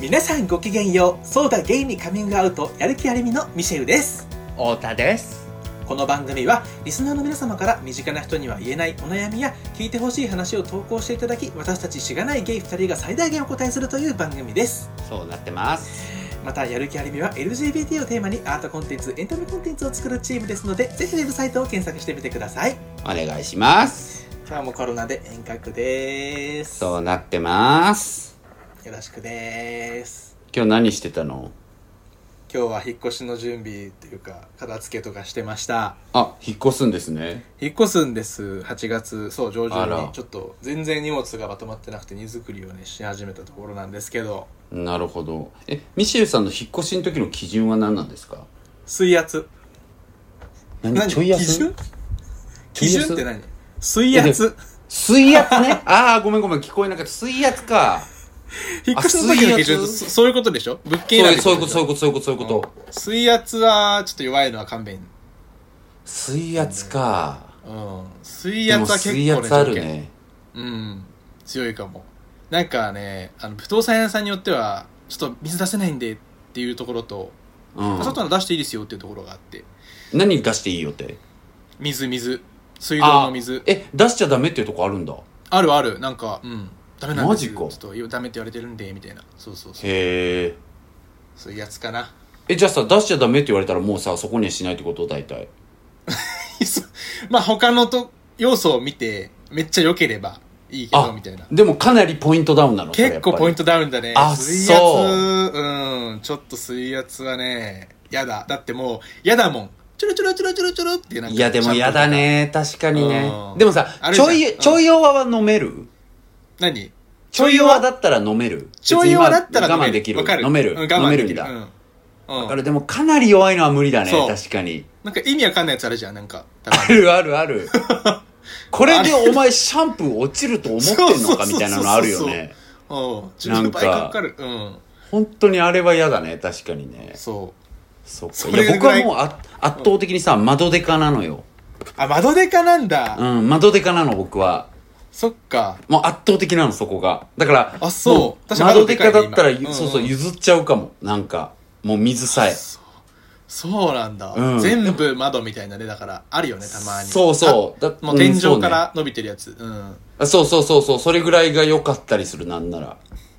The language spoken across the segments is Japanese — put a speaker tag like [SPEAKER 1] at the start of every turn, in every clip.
[SPEAKER 1] 皆さんごきげんようそうだゲイにカミングアウトやる気ありみのミシェルです
[SPEAKER 2] 太田です
[SPEAKER 1] この番組はリスナーの皆様から身近な人には言えないお悩みや聞いてほしい話を投稿していただき私たちしがないゲイ2人が最大限お答えするという番組です
[SPEAKER 2] そうなってます
[SPEAKER 1] またやる気ありみは LGBT をテーマにアートコンテンツエンタメコンテンツを作るチームですのでぜひウェブサイトを検索してみてください
[SPEAKER 2] お願いします
[SPEAKER 1] 今日もコロナで遠隔です
[SPEAKER 2] そうなってます
[SPEAKER 1] よろしくです
[SPEAKER 2] 今日何してたの
[SPEAKER 1] 今日は引っ越しの準備というか片付けとかしてました
[SPEAKER 2] あ引っ越すんですね
[SPEAKER 1] 引っ越すんです8月そう上
[SPEAKER 2] あ
[SPEAKER 1] 旬
[SPEAKER 2] ら
[SPEAKER 1] にちょっと全然荷物がまとまってなくて荷造りをねし始めたところなんですけど
[SPEAKER 2] なるほどえミシェルさんの引っ越しの時の基準は何なんですか
[SPEAKER 1] 水圧
[SPEAKER 2] 何ちょい安
[SPEAKER 1] 基準基
[SPEAKER 2] ち
[SPEAKER 1] 準
[SPEAKER 2] ょ
[SPEAKER 1] っ
[SPEAKER 2] い安
[SPEAKER 1] て何水圧
[SPEAKER 2] 水圧ね ああごめんごめん聞こえなかった水圧か
[SPEAKER 1] 引っ越しの時の基
[SPEAKER 2] あ水
[SPEAKER 1] 準と
[SPEAKER 2] 圧
[SPEAKER 1] そそういうことでしょ物
[SPEAKER 2] そう
[SPEAKER 1] 件選び
[SPEAKER 2] そういうことそういうこ
[SPEAKER 1] こ
[SPEAKER 2] とそういうことそういうこと
[SPEAKER 1] 水圧はちょっと弱いのは勘弁
[SPEAKER 2] 水圧か
[SPEAKER 1] うん水
[SPEAKER 2] でも
[SPEAKER 1] 圧は結構ね
[SPEAKER 2] 水圧ある
[SPEAKER 1] 条件
[SPEAKER 2] ね
[SPEAKER 1] うん強いかもなんかねあの不動産屋さんによってはちょっと水出せないんでっていうところと、
[SPEAKER 2] うん
[SPEAKER 1] 外の出していいですよっていうところがあって
[SPEAKER 2] 何出していいよって
[SPEAKER 1] 水水水道の
[SPEAKER 2] あ
[SPEAKER 1] 水
[SPEAKER 2] え出しちゃダメっていうとこあるんだ
[SPEAKER 1] あるあるなんかうんダメなんです
[SPEAKER 2] マジか
[SPEAKER 1] ちょっとダメって言われてるんでみたいなそうそうそう
[SPEAKER 2] へえ
[SPEAKER 1] そういうやつかな
[SPEAKER 2] えじゃあさ出しちゃダメって言われたらもうさそこにはしないってこと大体
[SPEAKER 1] そうまあ他のと要素を見てめっちゃ良ければいいけどみたいな
[SPEAKER 2] でもかなりポイントダウンなの
[SPEAKER 1] 結構ポイン
[SPEAKER 2] ト
[SPEAKER 1] トダウンだね
[SPEAKER 2] あ
[SPEAKER 1] 水圧
[SPEAKER 2] そう
[SPEAKER 1] うんちょっと水圧はねやだだってもうやだもんちょろちょろちょろちょろちょろってなんか
[SPEAKER 2] いやでもやだね確かにね
[SPEAKER 1] うん
[SPEAKER 2] でもさ
[SPEAKER 1] あ
[SPEAKER 2] ち
[SPEAKER 1] るじゃん
[SPEAKER 2] ょ
[SPEAKER 1] う
[SPEAKER 2] い
[SPEAKER 1] ん
[SPEAKER 2] ちょい弱は飲める
[SPEAKER 1] 何
[SPEAKER 2] ちょい弱だったら飲める
[SPEAKER 1] ちょい弱だったら飲
[SPEAKER 2] 我
[SPEAKER 1] める
[SPEAKER 2] 慢できる
[SPEAKER 1] わかる
[SPEAKER 2] 飲める
[SPEAKER 1] うん我
[SPEAKER 2] 飲め
[SPEAKER 1] 慢
[SPEAKER 2] る
[SPEAKER 1] で
[SPEAKER 2] ん
[SPEAKER 1] きる
[SPEAKER 2] だ、
[SPEAKER 1] うん
[SPEAKER 2] だ
[SPEAKER 1] う
[SPEAKER 2] か
[SPEAKER 1] ん
[SPEAKER 2] らでもかなり弱いのは無理だね
[SPEAKER 1] そう
[SPEAKER 2] 確かに
[SPEAKER 1] なんか意味わかんないやつあるじゃんなんか多分
[SPEAKER 2] あるあるあ るこれでお前シャンプー落ちると思ってんのかみたいなのあるよ
[SPEAKER 1] そうそうそう
[SPEAKER 2] ね
[SPEAKER 1] うん
[SPEAKER 2] なん
[SPEAKER 1] 10
[SPEAKER 2] か
[SPEAKER 1] 倍かかるうん
[SPEAKER 2] 本当にあれは嫌だね確かにね
[SPEAKER 1] そう
[SPEAKER 2] そっか
[SPEAKER 1] そ
[SPEAKER 2] い
[SPEAKER 1] れ
[SPEAKER 2] や僕
[SPEAKER 1] ぐら
[SPEAKER 2] はいもうあ圧倒的にさ窓デカなのよ
[SPEAKER 1] あ窓デカなんだ、
[SPEAKER 2] うん窓デカなの僕は
[SPEAKER 1] そっか
[SPEAKER 2] もう圧倒的なのそこがだから
[SPEAKER 1] あそう
[SPEAKER 2] も
[SPEAKER 1] 私
[SPEAKER 2] 窓デカだ
[SPEAKER 1] 窓
[SPEAKER 2] っ
[SPEAKER 1] デ
[SPEAKER 2] た
[SPEAKER 1] カ
[SPEAKER 2] ら、
[SPEAKER 1] で今
[SPEAKER 2] そう
[SPEAKER 1] う
[SPEAKER 2] そ
[SPEAKER 1] ん
[SPEAKER 2] う
[SPEAKER 1] うん
[SPEAKER 2] 譲っちゃうかもなんかもう水さえ
[SPEAKER 1] そうなんだ、
[SPEAKER 2] うん
[SPEAKER 1] 全部窓みたいなねだからあるよねたまに
[SPEAKER 2] そうそうだ
[SPEAKER 1] うもう天
[SPEAKER 2] んそう
[SPEAKER 1] 井
[SPEAKER 2] ね
[SPEAKER 1] から伸びてるやつうん
[SPEAKER 2] あそうそうそうそうそれぐらいが良かったりするなんなら
[SPEAKER 1] や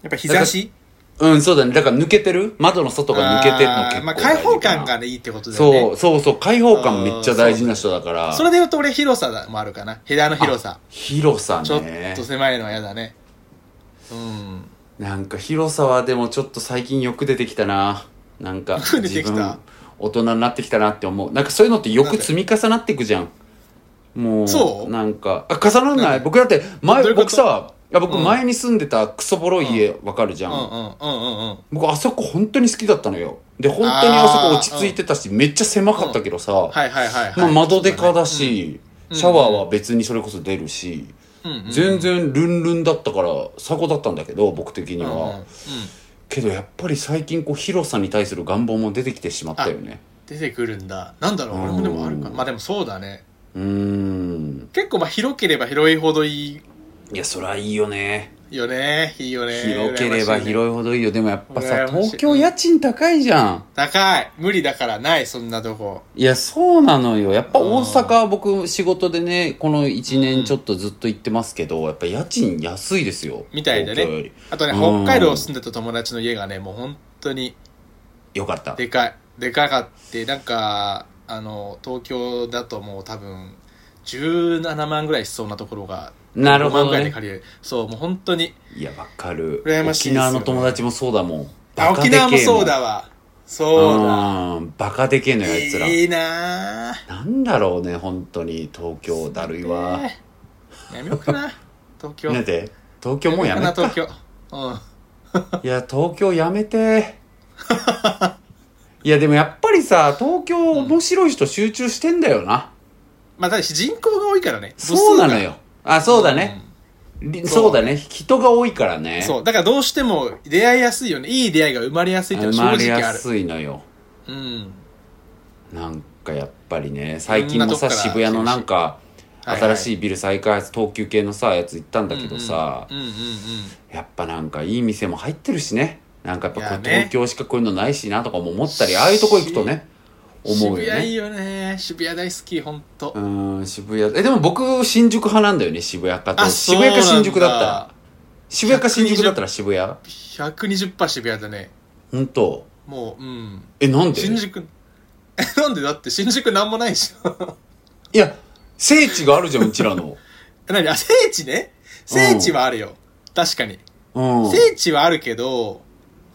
[SPEAKER 1] っぱ日差し
[SPEAKER 2] うんそうだねだから抜けてる窓の外が抜けてるの結
[SPEAKER 1] あー
[SPEAKER 2] 構
[SPEAKER 1] ま
[SPEAKER 2] 大
[SPEAKER 1] あ、
[SPEAKER 2] 事かな
[SPEAKER 1] 開放感がねいいってことだよね
[SPEAKER 2] そうそうそう開放感めっちゃ大事な人だから
[SPEAKER 1] それで言うと俺広さもあるかな部屋の広さ
[SPEAKER 2] 広さ
[SPEAKER 1] ちょっ
[SPEAKER 2] ね
[SPEAKER 1] と狭いのは嫌だねうん
[SPEAKER 2] なんか広さはでもちょっと最近よく出てきたななんか
[SPEAKER 1] く出てきた
[SPEAKER 2] 大人になってきたなって思うなんかそういうのってよ
[SPEAKER 1] なん
[SPEAKER 2] く
[SPEAKER 1] で
[SPEAKER 2] 積み重なっていくじゃんもう
[SPEAKER 1] そう
[SPEAKER 2] なんかあ重ならな
[SPEAKER 1] ないんで
[SPEAKER 2] 僕だって前
[SPEAKER 1] どういうこと
[SPEAKER 2] 僕さいや僕
[SPEAKER 1] うん
[SPEAKER 2] 前に住んでたクソボロい家わかるじゃ、
[SPEAKER 1] うんんうんうんうんうん
[SPEAKER 2] 僕あそこ本当に好きだったのよで本当にあそこ落ち着いてたし、めっちゃ狭かったけどさ、
[SPEAKER 1] はいはいはい、はい
[SPEAKER 2] まあ、窓デカだし、
[SPEAKER 1] うん
[SPEAKER 2] シャワーは別にそれこそ出るし、
[SPEAKER 1] うんうんうん
[SPEAKER 2] 全然ルンルンだったから最高だったんだけど僕的に
[SPEAKER 1] うん
[SPEAKER 2] は、
[SPEAKER 1] うんうん
[SPEAKER 2] けどやっぱり最近こう広さに対する願望も出てきてしまったよね
[SPEAKER 1] 出てくるんだなんだろう俺もでもあるかなまあでもそうだね
[SPEAKER 2] うーん
[SPEAKER 1] 結構まあ広ければ広いほどいい
[SPEAKER 2] いやそりゃいいよね
[SPEAKER 1] よねいいよね
[SPEAKER 2] 広ければ
[SPEAKER 1] 羨ましいね
[SPEAKER 2] 広いほどいいよでもやっぱさ
[SPEAKER 1] 羨まし
[SPEAKER 2] 東
[SPEAKER 1] い
[SPEAKER 2] 京家賃高いじゃん
[SPEAKER 1] 高い無理だからないそんなとこ
[SPEAKER 2] いやそうなのよやっぱ大阪は僕仕事でねこの1年ちょっとずっと行ってますけどやっぱ家賃安いですよ
[SPEAKER 1] みたいだ
[SPEAKER 2] 東京よ
[SPEAKER 1] ね
[SPEAKER 2] り
[SPEAKER 1] あとね
[SPEAKER 2] うん
[SPEAKER 1] 北海道住んでた友達の家がねもう本当に
[SPEAKER 2] よかった
[SPEAKER 1] でかいでかかってなんかあの東京だともう多分17万ぐらいしそうなところが
[SPEAKER 2] なるほ
[SPEAKER 1] 5万
[SPEAKER 2] ど
[SPEAKER 1] ぐらいで
[SPEAKER 2] ね
[SPEAKER 1] 借りれるそうもう本当に
[SPEAKER 2] いやわかる
[SPEAKER 1] 羨まし
[SPEAKER 2] 沖
[SPEAKER 1] いですよ
[SPEAKER 2] 縄の友達もそうだもん
[SPEAKER 1] あ沖縄もそう
[SPEAKER 2] わ
[SPEAKER 1] だわそうだ
[SPEAKER 2] バカでけえのよあいつら
[SPEAKER 1] いいなあ
[SPEAKER 2] なんだろうね本当に東京だるいわ
[SPEAKER 1] ねえやめようかな東京
[SPEAKER 2] なんで東京もうやめ
[SPEAKER 1] よう
[SPEAKER 2] た
[SPEAKER 1] かな東京うん
[SPEAKER 2] いや東京やめていやでもやっぱりさ東京面白い人集中してんだよな、
[SPEAKER 1] まあただし人口が多いからね
[SPEAKER 2] そうなの
[SPEAKER 1] 母
[SPEAKER 2] よあそうだ
[SPEAKER 1] 数が
[SPEAKER 2] ね、り
[SPEAKER 1] そう
[SPEAKER 2] そうだね人が多いからね
[SPEAKER 1] うんそうだからどうしても出会いやすいよねいい出会いが生まれやすいっていう
[SPEAKER 2] 生
[SPEAKER 1] のは
[SPEAKER 2] まれ
[SPEAKER 1] 正直あ
[SPEAKER 2] や
[SPEAKER 1] る
[SPEAKER 2] すいのよ
[SPEAKER 1] うん
[SPEAKER 2] なんかやっぱりね最近もさ
[SPEAKER 1] いろんなとこから
[SPEAKER 2] 渋谷のなんか
[SPEAKER 1] はいはい
[SPEAKER 2] 新しいビル再開発東急系のさやつ行ったんだけどさ、
[SPEAKER 1] うんうんうん
[SPEAKER 2] やっぱなんかいい店も入ってるしねなんかやっぱこ
[SPEAKER 1] いや
[SPEAKER 2] う
[SPEAKER 1] ね
[SPEAKER 2] 東京しかこういうのないしなとかも思ったりああいうとこ行くとね思う
[SPEAKER 1] 渋
[SPEAKER 2] よ
[SPEAKER 1] 谷いい
[SPEAKER 2] ね
[SPEAKER 1] よね渋谷大好き本
[SPEAKER 2] う
[SPEAKER 1] 当、あ
[SPEAKER 2] ーん渋谷えでも僕新宿派なんだよね渋谷かと渋谷か
[SPEAKER 1] そうな
[SPEAKER 2] 新
[SPEAKER 1] ん
[SPEAKER 2] 宿だったら渋谷か新宿だったら渋谷
[SPEAKER 1] 120%渋谷だね
[SPEAKER 2] 本当
[SPEAKER 1] もううん
[SPEAKER 2] えなんで
[SPEAKER 1] 新宿 なんでだって新宿なんもないし
[SPEAKER 2] いや聖地があるじゃんうちら の
[SPEAKER 1] 何あ聖地ね聖地はあるよ、確かに
[SPEAKER 2] うん
[SPEAKER 1] 聖地はあるけど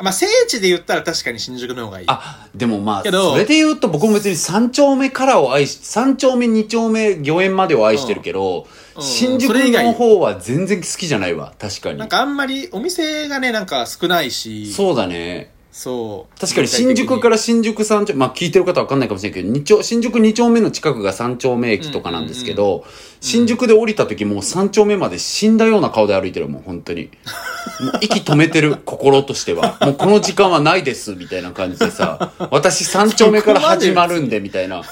[SPEAKER 1] まあ聖地で言ったら確かに新宿の方がいい
[SPEAKER 2] あでもまあ
[SPEAKER 1] けど
[SPEAKER 2] それで言うと僕も別に三丁目からを愛し三丁目二丁目御苑までを愛してるけど、
[SPEAKER 1] うん
[SPEAKER 2] 新宿
[SPEAKER 1] それ以
[SPEAKER 2] の
[SPEAKER 1] 外
[SPEAKER 2] 方は全然好きじゃないわ確かに
[SPEAKER 1] なんかあんまりお店がねなんか少ないし
[SPEAKER 2] そうだね
[SPEAKER 1] そう
[SPEAKER 2] 確かに新宿から新宿三丁まあ聞いてる方は分かんないかもしれないけど二丁新宿2丁目の近くが三丁目駅とかなんですけど、新宿で降りた時もう三丁目まで死んだような顔で歩いてるもん本当にもう息止めてる心として はもうこの時間はないですみたいな感じでさ私三丁目から始まるんでみたいな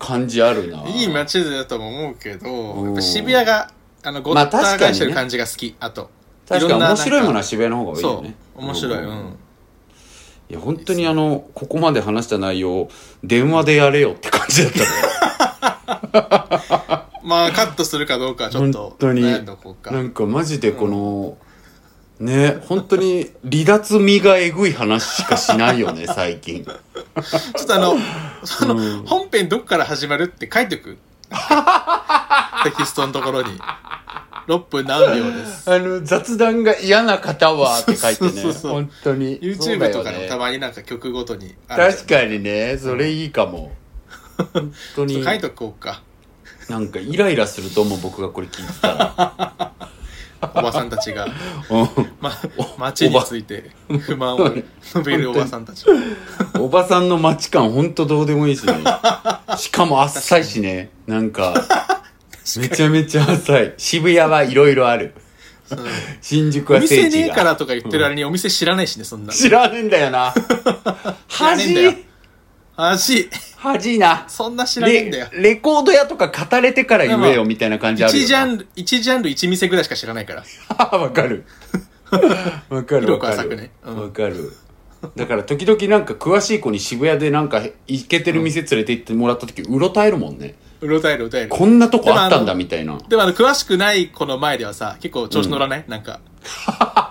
[SPEAKER 2] 感じあるな
[SPEAKER 1] いい街だとも思うけど
[SPEAKER 2] ん
[SPEAKER 1] やっぱ渋谷があのご
[SPEAKER 2] まあ
[SPEAKER 1] った返し
[SPEAKER 2] 確か
[SPEAKER 1] てる
[SPEAKER 2] にね
[SPEAKER 1] 感じが好きあと
[SPEAKER 2] 確か
[SPEAKER 1] ろん
[SPEAKER 2] に
[SPEAKER 1] なな
[SPEAKER 2] 面
[SPEAKER 1] んか
[SPEAKER 2] 白いものは渋谷の方がいいよ
[SPEAKER 1] そ
[SPEAKER 2] ね
[SPEAKER 1] う面白いうん、
[SPEAKER 2] いや本当にあのここまで話した内容電話でやれよって感じだったね
[SPEAKER 1] まあカットするかどうかはちょっと
[SPEAKER 2] 本当に
[SPEAKER 1] 悩んどこうか
[SPEAKER 2] なんかマジでこの、ね本当に離脱身がえぐい話しかしない よね最近
[SPEAKER 1] ちょっとあの、その、本編どっから始まるって書いてお く。テキストのところに。6分何秒です。
[SPEAKER 2] あの雑談が嫌な方はって書いてね
[SPEAKER 1] そうそうそう
[SPEAKER 2] 本当に
[SPEAKER 1] YouTube
[SPEAKER 2] そ
[SPEAKER 1] とか
[SPEAKER 2] うだ
[SPEAKER 1] の
[SPEAKER 2] よ
[SPEAKER 1] た
[SPEAKER 2] ね
[SPEAKER 1] まになんか曲ごとにあるじ
[SPEAKER 2] 確かにねそれいいかも本当
[SPEAKER 1] ゃん
[SPEAKER 2] に
[SPEAKER 1] 書いとこうか。
[SPEAKER 2] なんかイライラすると思う僕がこれ聞いてた ら
[SPEAKER 1] おばさんたちが、
[SPEAKER 2] うん
[SPEAKER 1] ま、街について不満を述べるおばさんたち。
[SPEAKER 2] おばさんの街感本当どうでもいい しねしかも浅いしねなんかめちゃめちゃ浅い渋谷はいろいろある
[SPEAKER 1] うん
[SPEAKER 2] 新宿
[SPEAKER 1] お
[SPEAKER 2] は
[SPEAKER 1] 店
[SPEAKER 2] 聖
[SPEAKER 1] ね
[SPEAKER 2] 地
[SPEAKER 1] えか
[SPEAKER 2] が
[SPEAKER 1] らとか言ってるあれにお店知らないしね、そんな。
[SPEAKER 2] 知らねえんだよ な
[SPEAKER 1] ねえんだよ
[SPEAKER 2] 恥
[SPEAKER 1] 恥。
[SPEAKER 2] 恥いな
[SPEAKER 1] そんな知らねえんだ
[SPEAKER 2] レ
[SPEAKER 1] よ。
[SPEAKER 2] レコード屋とか語れてから言え
[SPEAKER 1] ま
[SPEAKER 2] よ
[SPEAKER 1] あ
[SPEAKER 2] みたいな感じあるよ
[SPEAKER 1] 一ジャ
[SPEAKER 2] な
[SPEAKER 1] ンル、一ジャンル一店ぐらいしか知らないから。
[SPEAKER 2] あ わか るわかるわ
[SPEAKER 1] 広く
[SPEAKER 2] か
[SPEAKER 1] 浅
[SPEAKER 2] る
[SPEAKER 1] くねうん
[SPEAKER 2] わかるだから時々なんか詳しい子に渋谷でなんか行けてる店連れて行ってもらった時うろたえるもんね
[SPEAKER 1] うろたえるうろたえる。
[SPEAKER 2] こんなとこあったん
[SPEAKER 1] でも
[SPEAKER 2] だ
[SPEAKER 1] あの
[SPEAKER 2] みたいな
[SPEAKER 1] でもあの、詳しくない子の前ではさ、結構調子乗らない、なんか。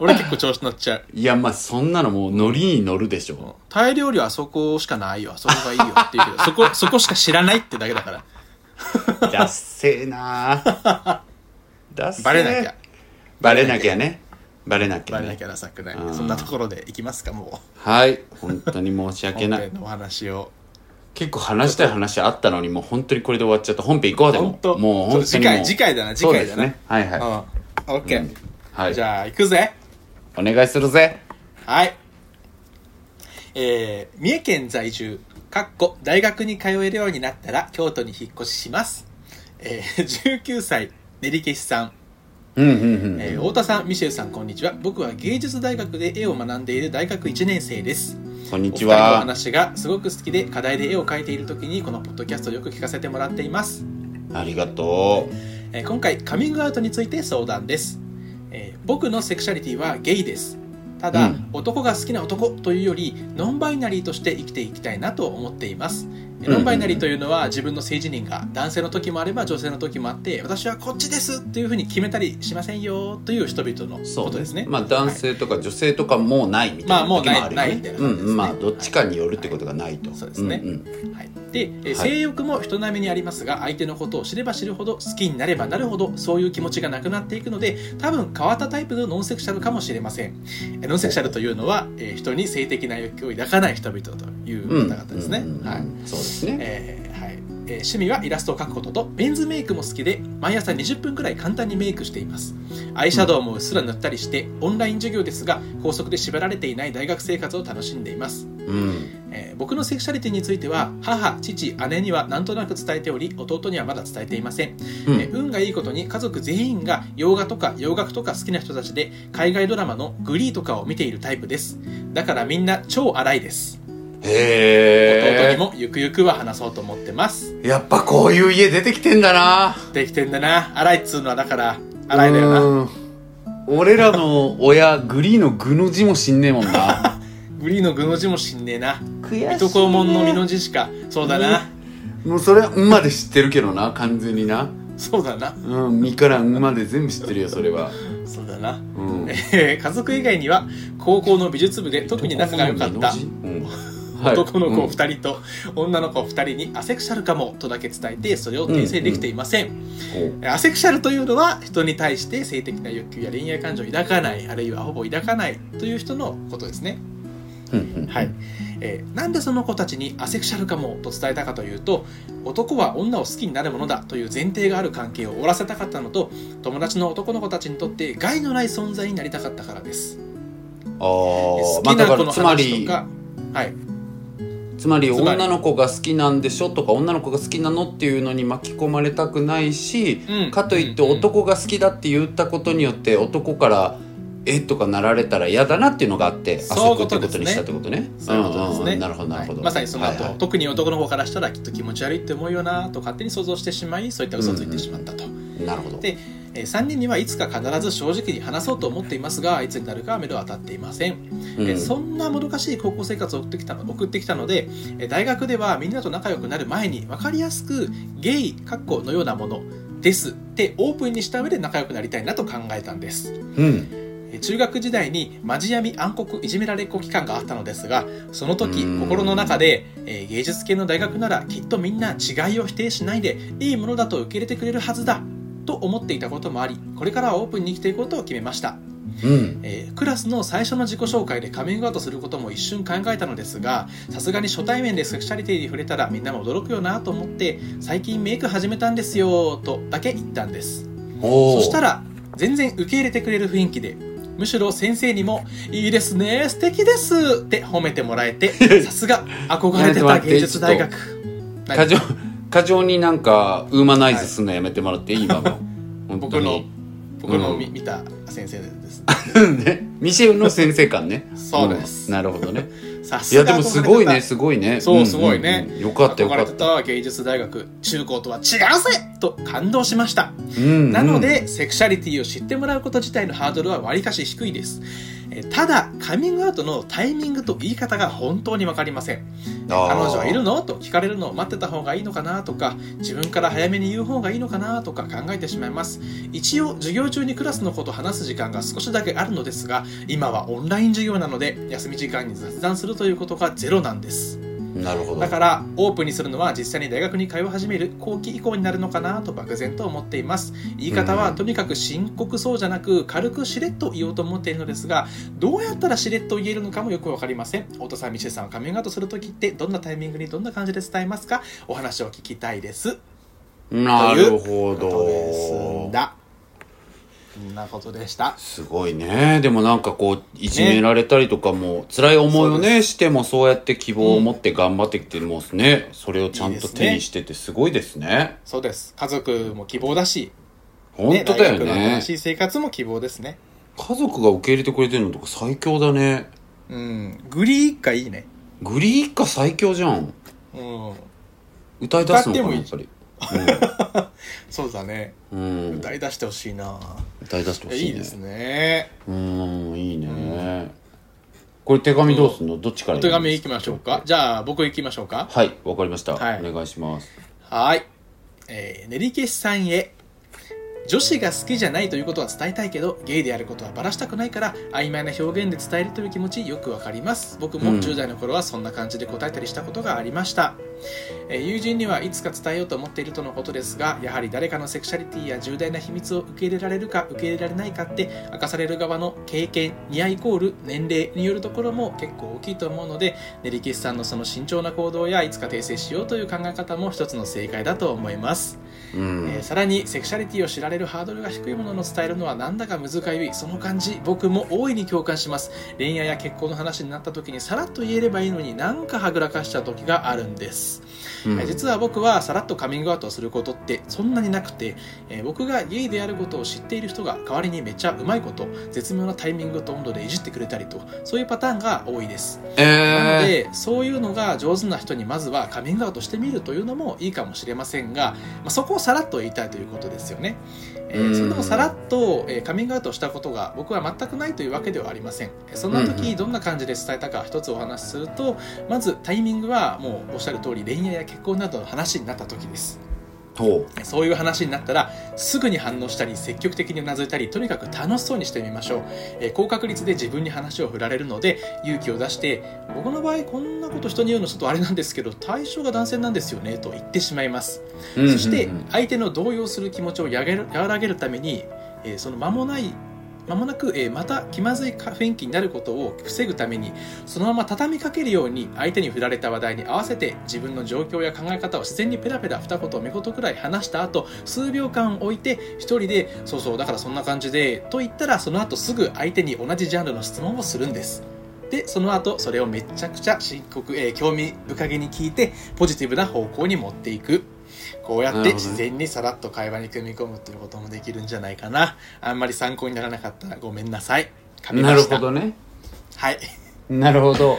[SPEAKER 1] 俺結構調子乗っちゃう。
[SPEAKER 2] いやまあそんなのもうノリに乗るでしょ
[SPEAKER 1] タイ料理はあそこしかないよ、あそこがいいよっていうけど、 そこ、そこしか知らないってだけだから。
[SPEAKER 2] ダッセーなーダッセー
[SPEAKER 1] バレなきゃ。
[SPEAKER 2] バレなきゃねバレなきゃ
[SPEAKER 1] バ
[SPEAKER 2] ね
[SPEAKER 1] レなきゃ情くない
[SPEAKER 2] うん。
[SPEAKER 1] そんなところで行きますか、も
[SPEAKER 2] はい本当に申し
[SPEAKER 1] う。
[SPEAKER 2] 訳
[SPEAKER 1] 本
[SPEAKER 2] ない
[SPEAKER 1] 編のお話を。
[SPEAKER 2] 結構話したい話あったのにもう本当にこれで終わっちゃった本編行こうでも
[SPEAKER 1] 本当
[SPEAKER 2] もう本当にもう
[SPEAKER 1] 次回、次回だな、次
[SPEAKER 2] そう
[SPEAKER 1] 回
[SPEAKER 2] で
[SPEAKER 1] だ
[SPEAKER 2] す
[SPEAKER 1] な。
[SPEAKER 2] ねはいはい、
[SPEAKER 1] うん。オッケー。
[SPEAKER 2] はい
[SPEAKER 1] じゃあ、行くぜ。
[SPEAKER 2] お願いするぜ
[SPEAKER 1] はい。えー、三重県在住、かっこ、大学に通えるようになったら、京都に引っ越しします。えー、19歳、 練り消しさん。
[SPEAKER 2] うんうんうん、
[SPEAKER 1] えー太田さん、ミシェルさん、こんにちは。僕は芸術大学で絵を学んでいる大学1年生です。
[SPEAKER 2] こんに
[SPEAKER 1] お二
[SPEAKER 2] ち
[SPEAKER 1] 人のお
[SPEAKER 2] は
[SPEAKER 1] 話がすごく好きで、課題で絵を描いている時に、このポッドキャストをよく聞かせてもらっています。
[SPEAKER 2] ありがとう
[SPEAKER 1] えー今回カミングアウトについて相談です、えー僕のセクシャリティはゲイですただ、
[SPEAKER 2] うん
[SPEAKER 1] 男が好きな男というよりノンバイナリーとして生きていきたいなと思っています、えー
[SPEAKER 2] うん
[SPEAKER 1] ノンバイナリーというのは自分の性自認が男性の時もあれば女性の時もあって私はこっちですというふうに決めたりしませんよという人々の
[SPEAKER 2] そ
[SPEAKER 1] こ
[SPEAKER 2] う
[SPEAKER 1] とですね
[SPEAKER 2] まあ男性とか女性とかもうないみたいな
[SPEAKER 1] まあもう
[SPEAKER 2] 時
[SPEAKER 1] ない
[SPEAKER 2] もあるよね
[SPEAKER 1] ないみたいな感じですね
[SPEAKER 2] うんまあどっちかによるってことがないと、
[SPEAKER 1] はいそうですね
[SPEAKER 2] んうん
[SPEAKER 1] はい、で、えー
[SPEAKER 2] はい
[SPEAKER 1] 性欲も人並みにありますが相手のことを知れば知るほど好きになればなるほどそういう気持ちがなくなっていくので多分変わったタイプのノンセクシャルかもしれませんえーノンセクシャルというのは、えー人に性的な欲求を抱かない人々という
[SPEAKER 2] うん
[SPEAKER 1] 方々ですね、
[SPEAKER 2] うんうんうん
[SPEAKER 1] はい
[SPEAKER 2] そうですね、
[SPEAKER 1] えーはいえー趣味はイラストを描くこととメンズメイクも好きで毎朝20分くらい簡単にメイクしていますアイシャドウもうっすら塗ったりして、オンライン授業ですが校則で縛られていない大学生活を楽しんでいます
[SPEAKER 2] うん
[SPEAKER 1] えー僕のセクシャリティについては母父姉にはなんとなく伝えており弟にはまだ伝えていません、
[SPEAKER 2] うん
[SPEAKER 1] えー運がいいことに家族全員が洋画とか洋楽とか好きな人たちで海外ドラマのグリーとかを見ているタイプですだからみんな超荒いです、弟
[SPEAKER 2] へ
[SPEAKER 1] にもゆくゆくは話そうと思ってます
[SPEAKER 2] えやっぱこういう家出てきてんだな
[SPEAKER 1] できてんだな荒いっつうのはだから荒いだよな
[SPEAKER 2] うん俺らの親グリーの具の字も死んねえもん な
[SPEAKER 1] グリーの具の字も死んねえな。
[SPEAKER 2] 悔し
[SPEAKER 1] いとこもんの身の字しか。そうだな。
[SPEAKER 2] もうそれは「ん」まで知ってるけどな完全にな
[SPEAKER 1] そうだな。
[SPEAKER 2] うん「み」から「ん」まで全部知ってるよそれは
[SPEAKER 1] そうだな。
[SPEAKER 2] うん
[SPEAKER 1] えー家族以外には、高校の美術部で特に仲が良かった。
[SPEAKER 2] うん
[SPEAKER 1] 男の
[SPEAKER 2] は
[SPEAKER 1] 子
[SPEAKER 2] い
[SPEAKER 1] 2人と女の子2人にアセクシャルかもとだけ伝えてそれを訂正できていません、
[SPEAKER 2] うん
[SPEAKER 1] アセクシャルというのは人に対して性的な欲求や恋愛感情を抱かないあるいはほぼ抱かないという人のことですね、
[SPEAKER 2] うんうん
[SPEAKER 1] はいえーなんでその子たちにアセクシャルかもと伝えたかというと男は女を好きになるものだという前提がある関係を終わらせたかったのと友達の男の子たちにとって害のない存在になりたかったからです
[SPEAKER 2] あー
[SPEAKER 1] 好
[SPEAKER 2] まあ
[SPEAKER 1] き
[SPEAKER 2] だ
[SPEAKER 1] な
[SPEAKER 2] か
[SPEAKER 1] 子
[SPEAKER 2] ら
[SPEAKER 1] の
[SPEAKER 2] つま
[SPEAKER 1] 話
[SPEAKER 2] り
[SPEAKER 1] とか、はい
[SPEAKER 2] つまり
[SPEAKER 1] つまり
[SPEAKER 2] 女の子が好きなんでしょとか女の子が好きなのっていうのに巻き込まれたくないし、
[SPEAKER 1] うん
[SPEAKER 2] かといって
[SPEAKER 1] うんうん
[SPEAKER 2] 男が好きだって言ったことによって男から「えっ?」とかなられたら嫌だなっていうのがあって
[SPEAKER 1] そういうこ
[SPEAKER 2] 焦
[SPEAKER 1] と
[SPEAKER 2] ってことにしたってことね。
[SPEAKER 1] そういうことですね
[SPEAKER 2] んんんなるほどなるほど。
[SPEAKER 1] はいまさにその後、
[SPEAKER 2] はいはい
[SPEAKER 1] 特に男の方からしたらきっと気持ち悪いって思うよなと勝手に想像してしまいそういった嘘をついてしまったと、
[SPEAKER 2] なるほど。
[SPEAKER 1] でえー3人にはいつか必ず正直に話そうと思っていますがいつになるかは目処は当たっていません、
[SPEAKER 2] うん
[SPEAKER 1] えーそんなもどかしい高校生活を送ってきたの送ってきたのでえー大学ではみんなと仲良くなる前に分かりやすくゲイかっこのようなものですってオープンにした上で仲良くなりたいなと考えたんです
[SPEAKER 2] うん
[SPEAKER 1] えー中学時代にマジ闇暗黒いじめられっ子期間があったのですがその時
[SPEAKER 2] うん
[SPEAKER 1] 心の中で、えー芸術系の大学ならきっとみんな違いを否定しないでいいものだと受け入れてくれるはずだと思っていたこともありこれからはオープンに生きていくことを決めました、
[SPEAKER 2] うん
[SPEAKER 1] えークラスの最初の自己紹介で仮面ングアウトすることも一瞬考えたのですがさすがに初対面でセクシャリティに触れたらみんなも驚くよなと思って最近メイク始めたんですよとだけ言ったんです
[SPEAKER 2] お
[SPEAKER 1] そした
[SPEAKER 2] ら
[SPEAKER 1] ら全然受け入れてくれる雰囲気でむしろ先生にも「いいですね素敵です」って褒めてもらえて さすが憧れてた芸術大学
[SPEAKER 2] 過剰過剰になんかウーマナイズすんのやめてもらっていい今も本当
[SPEAKER 1] 僕の
[SPEAKER 2] に
[SPEAKER 1] 僕の
[SPEAKER 2] うん
[SPEAKER 1] 見,、見た先生です
[SPEAKER 2] ねミシェルの先生感ね
[SPEAKER 1] そうです
[SPEAKER 2] ん なるほどね
[SPEAKER 1] さす
[SPEAKER 2] いや
[SPEAKER 1] が
[SPEAKER 2] でもすごい
[SPEAKER 1] 憧れ
[SPEAKER 2] ね
[SPEAKER 1] てた
[SPEAKER 2] すごいね
[SPEAKER 1] そうん
[SPEAKER 2] んん
[SPEAKER 1] すごいね
[SPEAKER 2] よかったよ
[SPEAKER 1] 憧
[SPEAKER 2] か
[SPEAKER 1] れ
[SPEAKER 2] ってた
[SPEAKER 1] た芸術大学中高とは違うぜと感動しました
[SPEAKER 2] うん
[SPEAKER 1] なので、セクシャリティを知ってもらうこと自体のハードルはわりかし低いです。えーただ、カミングアウトのタイミングと言い方が本当に分かりません。彼
[SPEAKER 2] あー
[SPEAKER 1] 女はいるのと聞かれるのを待ってた方がいいのかなとか、自分から早めに言う方がいいのかなとか考えてしまいます。一応、授業中にクラスの子と話す時間が少しだけあるのですが、今はオンライン授業なので、休み時間に雑談するということがゼロなんです。
[SPEAKER 2] なるほど
[SPEAKER 1] だからオープンにするのは実際に大学に通い始める後期以降になるのかなと漠然と思っています言い方は
[SPEAKER 2] うん
[SPEAKER 1] とにかく深刻そうじゃなく軽くしれっと言おうと思っているのですがどうやったらしれっと言えるのかもよくわかりません太田さんミシェルさんはカミングアウトするときってどんなタイミングにどんな感じで伝えますかお話を聞きたいです
[SPEAKER 2] なるほ
[SPEAKER 1] ことです
[SPEAKER 2] ど
[SPEAKER 1] んだそんなことでした
[SPEAKER 2] すごいねでもなんかこういじめられたりとかも、辛い思いを
[SPEAKER 1] そう
[SPEAKER 2] ねしてもそうやって希望を持って頑張ってきてもうねそれをちゃん
[SPEAKER 1] いい
[SPEAKER 2] と
[SPEAKER 1] ですね
[SPEAKER 2] 手にしててすごいですね
[SPEAKER 1] そうです家族も希望だし、
[SPEAKER 2] 本当だよ
[SPEAKER 1] ね大学の
[SPEAKER 2] ね
[SPEAKER 1] 新しい生活も希望ですね
[SPEAKER 2] 家族が受け入れてくれてるのとか最強だね
[SPEAKER 1] うんグリー一家いいね
[SPEAKER 2] グリー一家最強じゃん
[SPEAKER 1] うん
[SPEAKER 2] 歌い出すのかな
[SPEAKER 1] 歌
[SPEAKER 2] や
[SPEAKER 1] っ
[SPEAKER 2] ってぱり
[SPEAKER 1] そうだね
[SPEAKER 2] うん、うん、
[SPEAKER 1] 歌い出してほしいな、
[SPEAKER 2] 歌い出してほしい,、
[SPEAKER 1] いいですね
[SPEAKER 2] うーんいいね、これ手紙どうすんのどっちから
[SPEAKER 1] お手紙いきましょうかじゃあ僕いきましょうか
[SPEAKER 2] はいわかりました、
[SPEAKER 1] はい
[SPEAKER 2] お願いします
[SPEAKER 1] はいえー、練り消しさんへ女子が好きじゃないということは伝えたいけどゲイであることはバラしたくないから曖昧な表現で伝えるという気持ちよくわかります僕も
[SPEAKER 2] うん
[SPEAKER 1] 10代の頃はそんな感じで答えたりしたことがありました、えー友人にはいつか伝えようと思っているとのことですがやはり誰かのセクシャリティや重大な秘密を受け入れられるか受け入れられないかって明かされる側の経験ニアイコール年齢によるところも結構大きいと思うのでネリキスさんのその慎重な行動やいつか訂正しようという考え方も一つの正解だと思います、
[SPEAKER 2] うん、
[SPEAKER 1] えーさらにセクシャリティを知られるハードルが低いものの伝えるのはなんだか難しいその感じ僕も大いに共感します恋愛や結婚の話になった時にさらっと言えればいいのになんかはぐらかしちゃう時があるんです
[SPEAKER 2] うん
[SPEAKER 1] えー実は僕はさらっとカミングアウトをすることってそんなになくて、えー僕がゲイであることを知っている人が代わりにめっちゃうまいこと絶妙なタイミングと温度でいじってくれたりとそういうパターンが多いです、なの
[SPEAKER 2] え
[SPEAKER 1] でそういうのが上手な人にまずはカミングアウトしてみるというのもいいかもしれませんが、まあ、そこをさらっと言いたいということですよね、
[SPEAKER 2] ー
[SPEAKER 1] えーそんなもさらっと、えーカミングアウトしたことが僕は全くないというわけではありませんえーそんな
[SPEAKER 2] うんう
[SPEAKER 1] 時どんな感じで伝えたか一つお話しするとまずタイミングはもうおっしゃる通り恋愛や結婚などの話になった時です
[SPEAKER 2] ほ
[SPEAKER 1] そういう話になったらすぐに反応したり積極的にうなずいたりとにかく楽しそうにしてみましょう、えー高確率で自分に話を振られるので勇気を出して僕の場合こんなこと人に言うのちょっとあれなんですけど対象が男性なんですよねと言ってしまいます
[SPEAKER 2] ううん
[SPEAKER 1] そして
[SPEAKER 2] うんうん
[SPEAKER 1] 相手の動揺する気持ちをやげる和らげるために、えーその間もない間もなく、えーまた気まずい雰囲気になることを防ぐためにそのまま畳みかけるように相手に振られた話題に合わせて自分の状況や考え方を自然にペラペラ二言三言くらい話した後数秒間置いて一人で「そうそうだからそんな感じで」と言ったらその後すぐ相手に同じジャンルの質問をするんです。でその後それをめちゃくちゃ深刻、えー興味深げに聞いてポジティブな方向に持っていくこうや
[SPEAKER 2] な
[SPEAKER 1] っ
[SPEAKER 2] る
[SPEAKER 1] て
[SPEAKER 2] ほどね
[SPEAKER 1] 自然にさらっと会話に組み込むということもできるんじゃないかなあんまり参考にならなかったらごめんなさい噛みま
[SPEAKER 2] なる
[SPEAKER 1] した
[SPEAKER 2] ほどね
[SPEAKER 1] はい
[SPEAKER 2] なるほど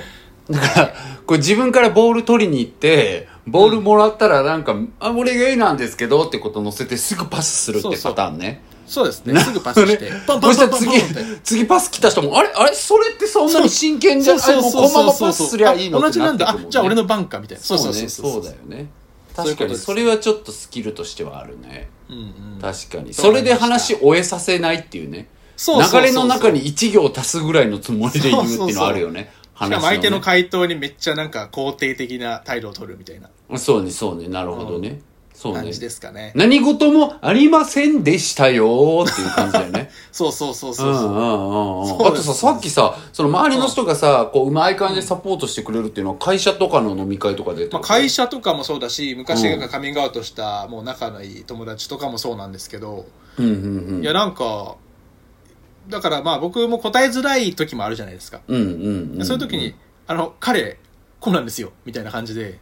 [SPEAKER 2] だからこれ自分からボール取りに行ってボールもらったらなんか「あ俺がいいなんですけど」ってこと乗せてすぐパスするってパターンね
[SPEAKER 1] そうですね
[SPEAKER 2] な
[SPEAKER 1] すぐパス してパンパ
[SPEAKER 2] そ
[SPEAKER 1] ン
[SPEAKER 2] し
[SPEAKER 1] パ
[SPEAKER 2] た
[SPEAKER 1] ン
[SPEAKER 2] ら
[SPEAKER 1] パンパ
[SPEAKER 2] 次
[SPEAKER 1] ンって
[SPEAKER 2] 次パス来た人も「あれあれそれって そんなに真剣じゃないもうこのままパスすりゃいいの?」
[SPEAKER 1] あ同
[SPEAKER 2] って
[SPEAKER 1] じ
[SPEAKER 2] な
[SPEAKER 1] な
[SPEAKER 2] っ
[SPEAKER 1] ん
[SPEAKER 2] て
[SPEAKER 1] だ
[SPEAKER 2] く
[SPEAKER 1] あ
[SPEAKER 2] もんね
[SPEAKER 1] じゃあ俺の番かみたいな
[SPEAKER 2] そうね
[SPEAKER 1] そう
[SPEAKER 2] そう
[SPEAKER 1] そう
[SPEAKER 2] だよね
[SPEAKER 1] そう
[SPEAKER 2] 確
[SPEAKER 1] いうこ
[SPEAKER 2] か
[SPEAKER 1] と
[SPEAKER 2] に
[SPEAKER 1] です
[SPEAKER 2] それはちょっとスキルとしてはあるね
[SPEAKER 1] うんうん
[SPEAKER 2] 確かに
[SPEAKER 1] そう
[SPEAKER 2] そ
[SPEAKER 1] 思い
[SPEAKER 2] れで
[SPEAKER 1] ました
[SPEAKER 2] 話を終えさせないっていうね
[SPEAKER 1] そうそうそうそう
[SPEAKER 2] 流れの中に1行足すぐらいのつもりで言うっていうのはあるよね
[SPEAKER 1] しかも相手の回答にめっちゃなんか肯定的な態度を取るみたいな
[SPEAKER 2] そうねそうねなるほどね、そう
[SPEAKER 1] 感
[SPEAKER 2] ね
[SPEAKER 1] じですかね
[SPEAKER 2] 何事もありませんでしたよーっていう感じだよね
[SPEAKER 1] そうそうそう
[SPEAKER 2] うん
[SPEAKER 1] そううん
[SPEAKER 2] う
[SPEAKER 1] そうん
[SPEAKER 2] うんあ
[SPEAKER 1] そう
[SPEAKER 2] と
[SPEAKER 1] です
[SPEAKER 2] ささっきさその周りの人がさこううまい感じでサポートしてくれるっていうのは会社とかの飲み会とかでって
[SPEAKER 1] ま
[SPEAKER 2] こ
[SPEAKER 1] あ、
[SPEAKER 2] と
[SPEAKER 1] 会社とかもそうだし昔がカミングアウトしたもう仲のいい友達とかもそうなんですけど、
[SPEAKER 2] うんうんうん
[SPEAKER 1] いやなんかだからまあ僕も答えづらい時もあるじゃないですか、
[SPEAKER 2] うんうんうん
[SPEAKER 1] そういう時に「あの彼こうなんですよ」みたいな感じで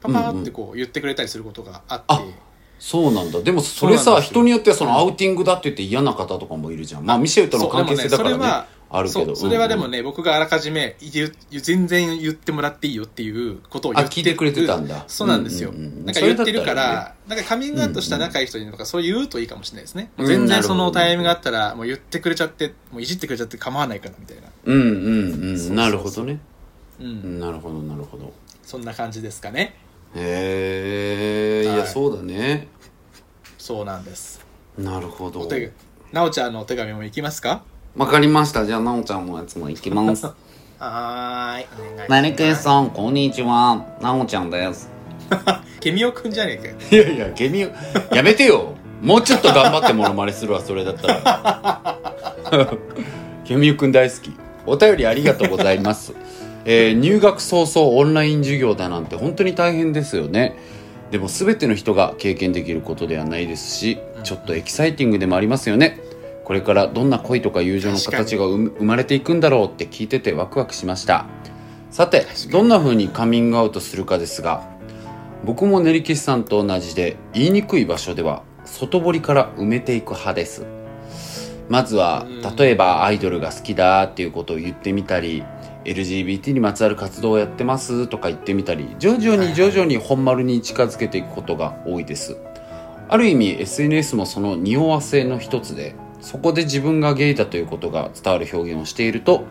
[SPEAKER 1] パパーってこう言ってくれたりすることがあって、
[SPEAKER 2] うんうんそうなんだでもそれ
[SPEAKER 1] そうなん
[SPEAKER 2] さ
[SPEAKER 1] ですよ
[SPEAKER 2] 人によってはそのアウティングだって言って嫌な方とかもいるじゃんまあミシェルとの関係性だからね
[SPEAKER 1] そうでもねそれは
[SPEAKER 2] あるけ
[SPEAKER 1] そ
[SPEAKER 2] ど
[SPEAKER 1] うそれはでも
[SPEAKER 2] ね
[SPEAKER 1] ね、僕があらかじめ言う全然言ってもらっていいよっていうことを言
[SPEAKER 2] あ
[SPEAKER 1] って
[SPEAKER 2] 聞いてくれてたんだ
[SPEAKER 1] そうなんです
[SPEAKER 2] う
[SPEAKER 1] よ、
[SPEAKER 2] んうんうん
[SPEAKER 1] なんか言ってる
[SPEAKER 2] それだ
[SPEAKER 1] か
[SPEAKER 2] ったらいい
[SPEAKER 1] らなんかカミングアウトした仲いい人にとかそう言うといいかもしれないですね、
[SPEAKER 2] うんな
[SPEAKER 1] 全
[SPEAKER 2] る
[SPEAKER 1] 然
[SPEAKER 2] ほ
[SPEAKER 1] そ
[SPEAKER 2] ど
[SPEAKER 1] のタイミングがあったらもう言ってくれちゃってもういじってくれちゃって構わないからみたいな
[SPEAKER 2] うんうんう
[SPEAKER 1] そ
[SPEAKER 2] ん
[SPEAKER 1] うそうそう
[SPEAKER 2] なるほどね
[SPEAKER 1] うん、
[SPEAKER 2] うんなるほどなるほど
[SPEAKER 1] そんな感じですかね
[SPEAKER 2] へえい
[SPEAKER 1] は
[SPEAKER 2] や
[SPEAKER 1] い
[SPEAKER 2] そうだね
[SPEAKER 1] そうなんです
[SPEAKER 2] なるほど
[SPEAKER 1] お手なおちゃんのお手紙もいきますか
[SPEAKER 2] わかりましたじゃあなおちゃんのやつもいき ます
[SPEAKER 1] はーいお願いします
[SPEAKER 2] 成毛さんこんにちはなおちゃんです
[SPEAKER 1] ケミオくんじゃねえかよ
[SPEAKER 2] いやいやゲミやめてよもうちょっと頑張ってモノマネするわそれだったら ケミユくん大好きお便りありがとうございます、えー入学早々オンライン授業だなんて本当に大変ですよねでも全ての人が経験できることではないですしちょっとエキサイティングでもありますよねこれからどんな恋とか友情の形が生生まれていくんだろうって聞いててワクワクしましたさてどんな風にカミングアウトするかですが僕も練り消しさんと同じで言いにくい場所では外堀から埋めていく派ですまずは
[SPEAKER 1] うん
[SPEAKER 2] 例えばアイドルが好きだっていうことを言ってみたり LGBT にまつわる活動をやってますとか言ってみたり徐々に徐々に本丸に近づけていくことが多いですある意味 SNS もその匂わせの一つでそこで自分がゲイだということが伝わる表現をしていると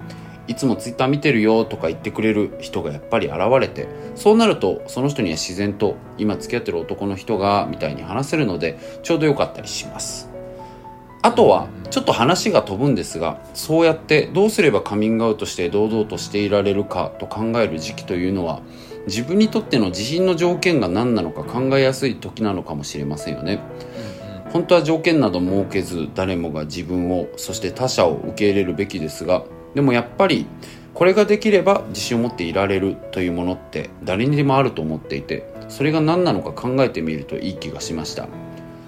[SPEAKER 2] いつもツイッター見てるよとか言ってくれる人がやっぱり現れてそうなるとその人には自然と今付き合ってる男の人がみたいに話せるのでちょうどよかったりしますあとはちょっと話が飛ぶんですがそうやってどうすればカミングアウトして堂々としていられるかと考える時期というのは自分にとっての自信の条件が何なのか考えやすい時なのかもしれませんよね本当は条件など設けず誰もが自分をそして他者を受け入れるべきですがでもやっぱりこれができれば自信を持っていられるというものって誰にでもあると思っていてそれが何なのか考えてみるといい気がしました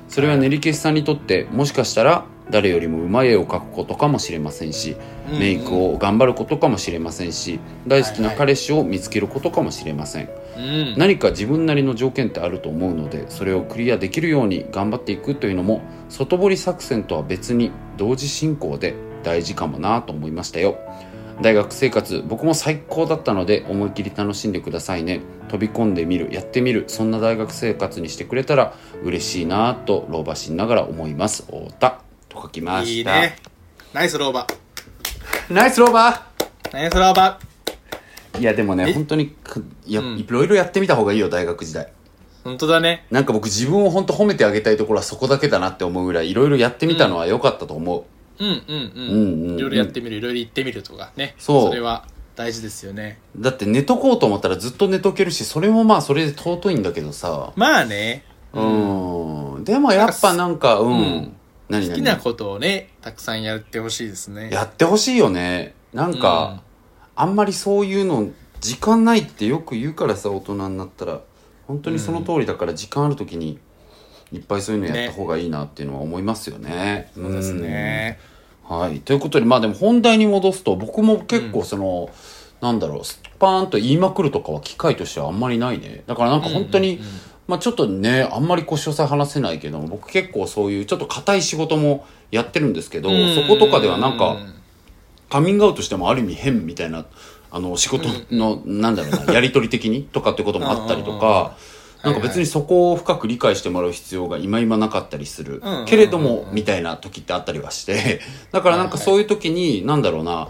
[SPEAKER 2] それは練り消しさんにとってもしかしたら誰よりもうまい絵を描くことかもしれませんし
[SPEAKER 1] うんうん
[SPEAKER 2] メイクを頑張ることかもしれませんし大好きな
[SPEAKER 1] はいはい
[SPEAKER 2] 彼氏を見つけることかもしれません
[SPEAKER 1] うん
[SPEAKER 2] 何か自分なりの条件ってあると思うのでそれをクリアできるように頑張っていくというのも外堀作戦とは別に同時進行で大事かもなと思いましたよ大学生活僕も最高だったので思いっきり楽しんでくださいね飛び込んでみるやってみるそんな大学生活にしてくれたら嬉しいなぁと老婆しながら思います太田と書きま
[SPEAKER 1] いい
[SPEAKER 2] した
[SPEAKER 1] ねナイス老婆
[SPEAKER 2] ナイス老婆
[SPEAKER 1] ナイス老婆
[SPEAKER 2] いやでもね
[SPEAKER 1] え
[SPEAKER 2] 本当にくいや、
[SPEAKER 1] うん
[SPEAKER 2] いろいろやってみた方がいいよ大学時代
[SPEAKER 1] 本当だね
[SPEAKER 2] なんか僕自分を本当褒めてあげたいところはそこだけだなって思うぐらいいろいろやってみたのは良かったと思う、
[SPEAKER 1] うんうんうん,、
[SPEAKER 2] うんうんうん
[SPEAKER 1] いろいろやってみるいろいろ言ってみるとかね
[SPEAKER 2] そう
[SPEAKER 1] れは大事ですよね
[SPEAKER 2] だって寝とこうと思ったらずっと寝とけるしそれもまあそれで尊いんだけどさ
[SPEAKER 1] まあね
[SPEAKER 2] うん、でもやっぱなんかうん、
[SPEAKER 1] うん
[SPEAKER 2] 何
[SPEAKER 1] 好
[SPEAKER 2] 々
[SPEAKER 1] きなことをねたくさんやってほしいですね
[SPEAKER 2] やってほしいよねなんか、あんまりそういうの時間ないってよく言うからさ大人になったら本当にその通りだから時間ある時にいっぱいそういうのやった方がいいなっていうのは思いますよね。そ
[SPEAKER 1] そうですね
[SPEAKER 2] はい、ということでまあでも本題に戻すと僕も結構その、なんだろうスパーンと言いまくるとかは機会としてはあんまりないねだからなんか本当に、
[SPEAKER 1] うんうんうん
[SPEAKER 2] まあ、ちょっとねあんまりこう詳細話せないけども僕結構そういうちょっと硬い仕事もやってるんですけど、そことかではなんか、カミングアウトしてもある意味変みたいなあの仕事の、なんだろうなやり取り的に とかってこともあったりとか。なんか別にそこを深く理解してもらう必要が今今なかったりする
[SPEAKER 1] うんうんうんうん
[SPEAKER 2] けれどもみたいな時ってあったりはして だからなんかそういう時になんだろうな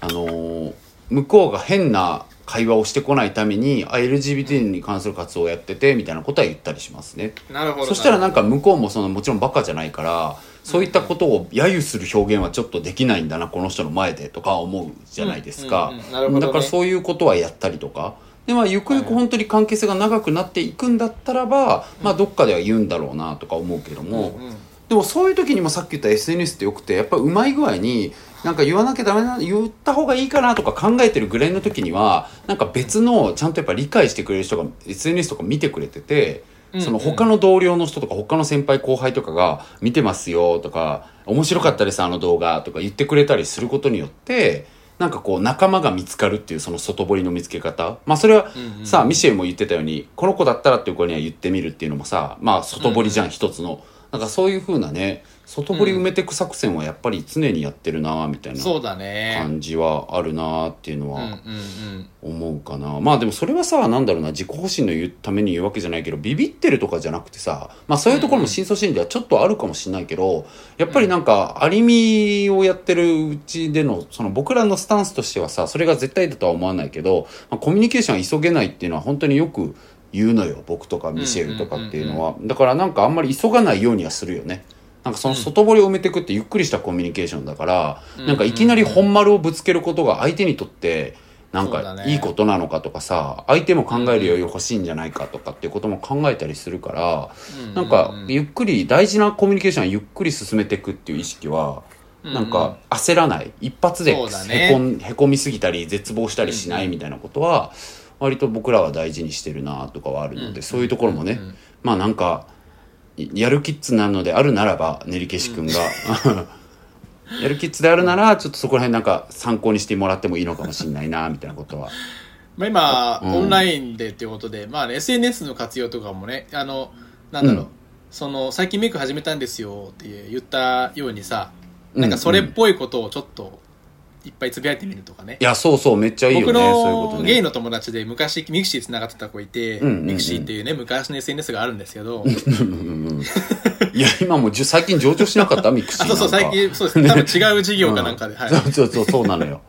[SPEAKER 2] あのー向こうが変な会話をしてこないためにあ LGBT に関する活動をやっててみたいなことは言ったりしますね
[SPEAKER 1] うんなるほど
[SPEAKER 2] そしたらなんか向こうもそのもちろんバカじゃないからそういったことを揶揄する表現はちょっとできないんだなこの人の前でとか思うじゃないですか
[SPEAKER 1] うんうんうんなるほどね
[SPEAKER 2] だからそういうことはやったりとかでまあゆくゆく本当に関係性が長くなっていくんだったらばまあどっかでは言うんだろうなとか思うけども、
[SPEAKER 1] うんうん
[SPEAKER 2] でもそういう時にもさっき言った SNS ってよくてやっぱうまい具合になんか言わなきゃダメな言った方がいいかなとか考えてるぐらいの時にはなんか別のちゃんとやっぱ理解してくれる人が SNS とか見てくれてて。
[SPEAKER 1] うん
[SPEAKER 2] その他の同僚の人とか他の先輩後輩とかが見てますよとか面白かったですあの動画とか言ってくれたりすることによってなんかこう仲間が見つかるっていうその外堀の見つけ方まあそれは
[SPEAKER 1] うんうん
[SPEAKER 2] さあミシェルも言ってたようにこの子だったらっていう子には言ってみるっていうのもさまあ外堀じゃん一つのなんかそういう風なね外堀埋めてく作戦はやっぱり常にやってるなみたいな
[SPEAKER 1] そうだね
[SPEAKER 2] 感じはあるなっていうの
[SPEAKER 1] うんうんう
[SPEAKER 2] は
[SPEAKER 1] ん
[SPEAKER 2] 思うかなまあでもそれはさなんだろうな自己保身の言うために言うわけじゃないけどビビってるとかじゃなくてさまあそういうところも深層心理ではちょっとあるかもしれないけどやっぱりなんかアリミをやってるうちでのその僕らのスタンスとしてはさそれが絶対だとは思わないけど、まあ、コミュニケーションは急げないっていうのは本当によく言うのよ僕とかミシェルとかっていうのは、だからなんかあんまり急がないようにはするよね。なんかその外堀を埋めてくってゆっくりしたコミュニケーションだから、
[SPEAKER 1] うん
[SPEAKER 2] なんかいきなり本丸をぶつけることが相手にとってなん
[SPEAKER 1] そうだ
[SPEAKER 2] か
[SPEAKER 1] ね
[SPEAKER 2] いいことなのかとかさ、相手も考える余裕欲しいんじゃないかとかっていうことも考えたりするから、
[SPEAKER 1] うん
[SPEAKER 2] なんかゆっくり大事なコミュニケーションはゆっくり進めていくっていう意識は、
[SPEAKER 1] うんうん
[SPEAKER 2] なんか焦らない一発で
[SPEAKER 1] そうだね
[SPEAKER 2] へこ,、へこみすぎたり絶望したりしないみたいなことは、割と僕らは大事にしてるなとかはあるので、
[SPEAKER 1] うん
[SPEAKER 2] そういうところもね、
[SPEAKER 1] うんうん
[SPEAKER 2] まあなんかいやるキッズなのであるならば練り消し君が、 やるキッズであるならちょっとそこら辺なんか参考にしてもらってもいいのかもしれないなみたいなことは。
[SPEAKER 1] まあ、今、
[SPEAKER 2] うん
[SPEAKER 1] オンラインでっていうことで、まあね、SNS の活用とかもね、あの、なんだろう、
[SPEAKER 2] うん
[SPEAKER 1] その、最近メイク始めたんですよって言ったようにさ、
[SPEAKER 2] うん
[SPEAKER 1] なんかそれっ
[SPEAKER 2] うんい
[SPEAKER 1] ぽいことをちょっと、いっぱいつぶやいてみるとかね。
[SPEAKER 2] やそうそうめっちゃいいよね
[SPEAKER 1] 僕
[SPEAKER 2] そういうこと
[SPEAKER 1] の
[SPEAKER 2] ね。
[SPEAKER 1] ゲイの友達で昔、ミクシー繋がってた子いて、
[SPEAKER 2] うんうんうん
[SPEAKER 1] ミクシーっていうね、昔の SNS があるんですけど、
[SPEAKER 2] うんうんうんいや今もうじゅ最近上場しなかったミクシ
[SPEAKER 1] あ、
[SPEAKER 2] ー
[SPEAKER 1] そうそう、
[SPEAKER 2] なんか
[SPEAKER 1] 最近、そうですね、多分違う事業かなんかで、
[SPEAKER 2] う
[SPEAKER 1] はい。
[SPEAKER 2] そうそうそうそうな のよ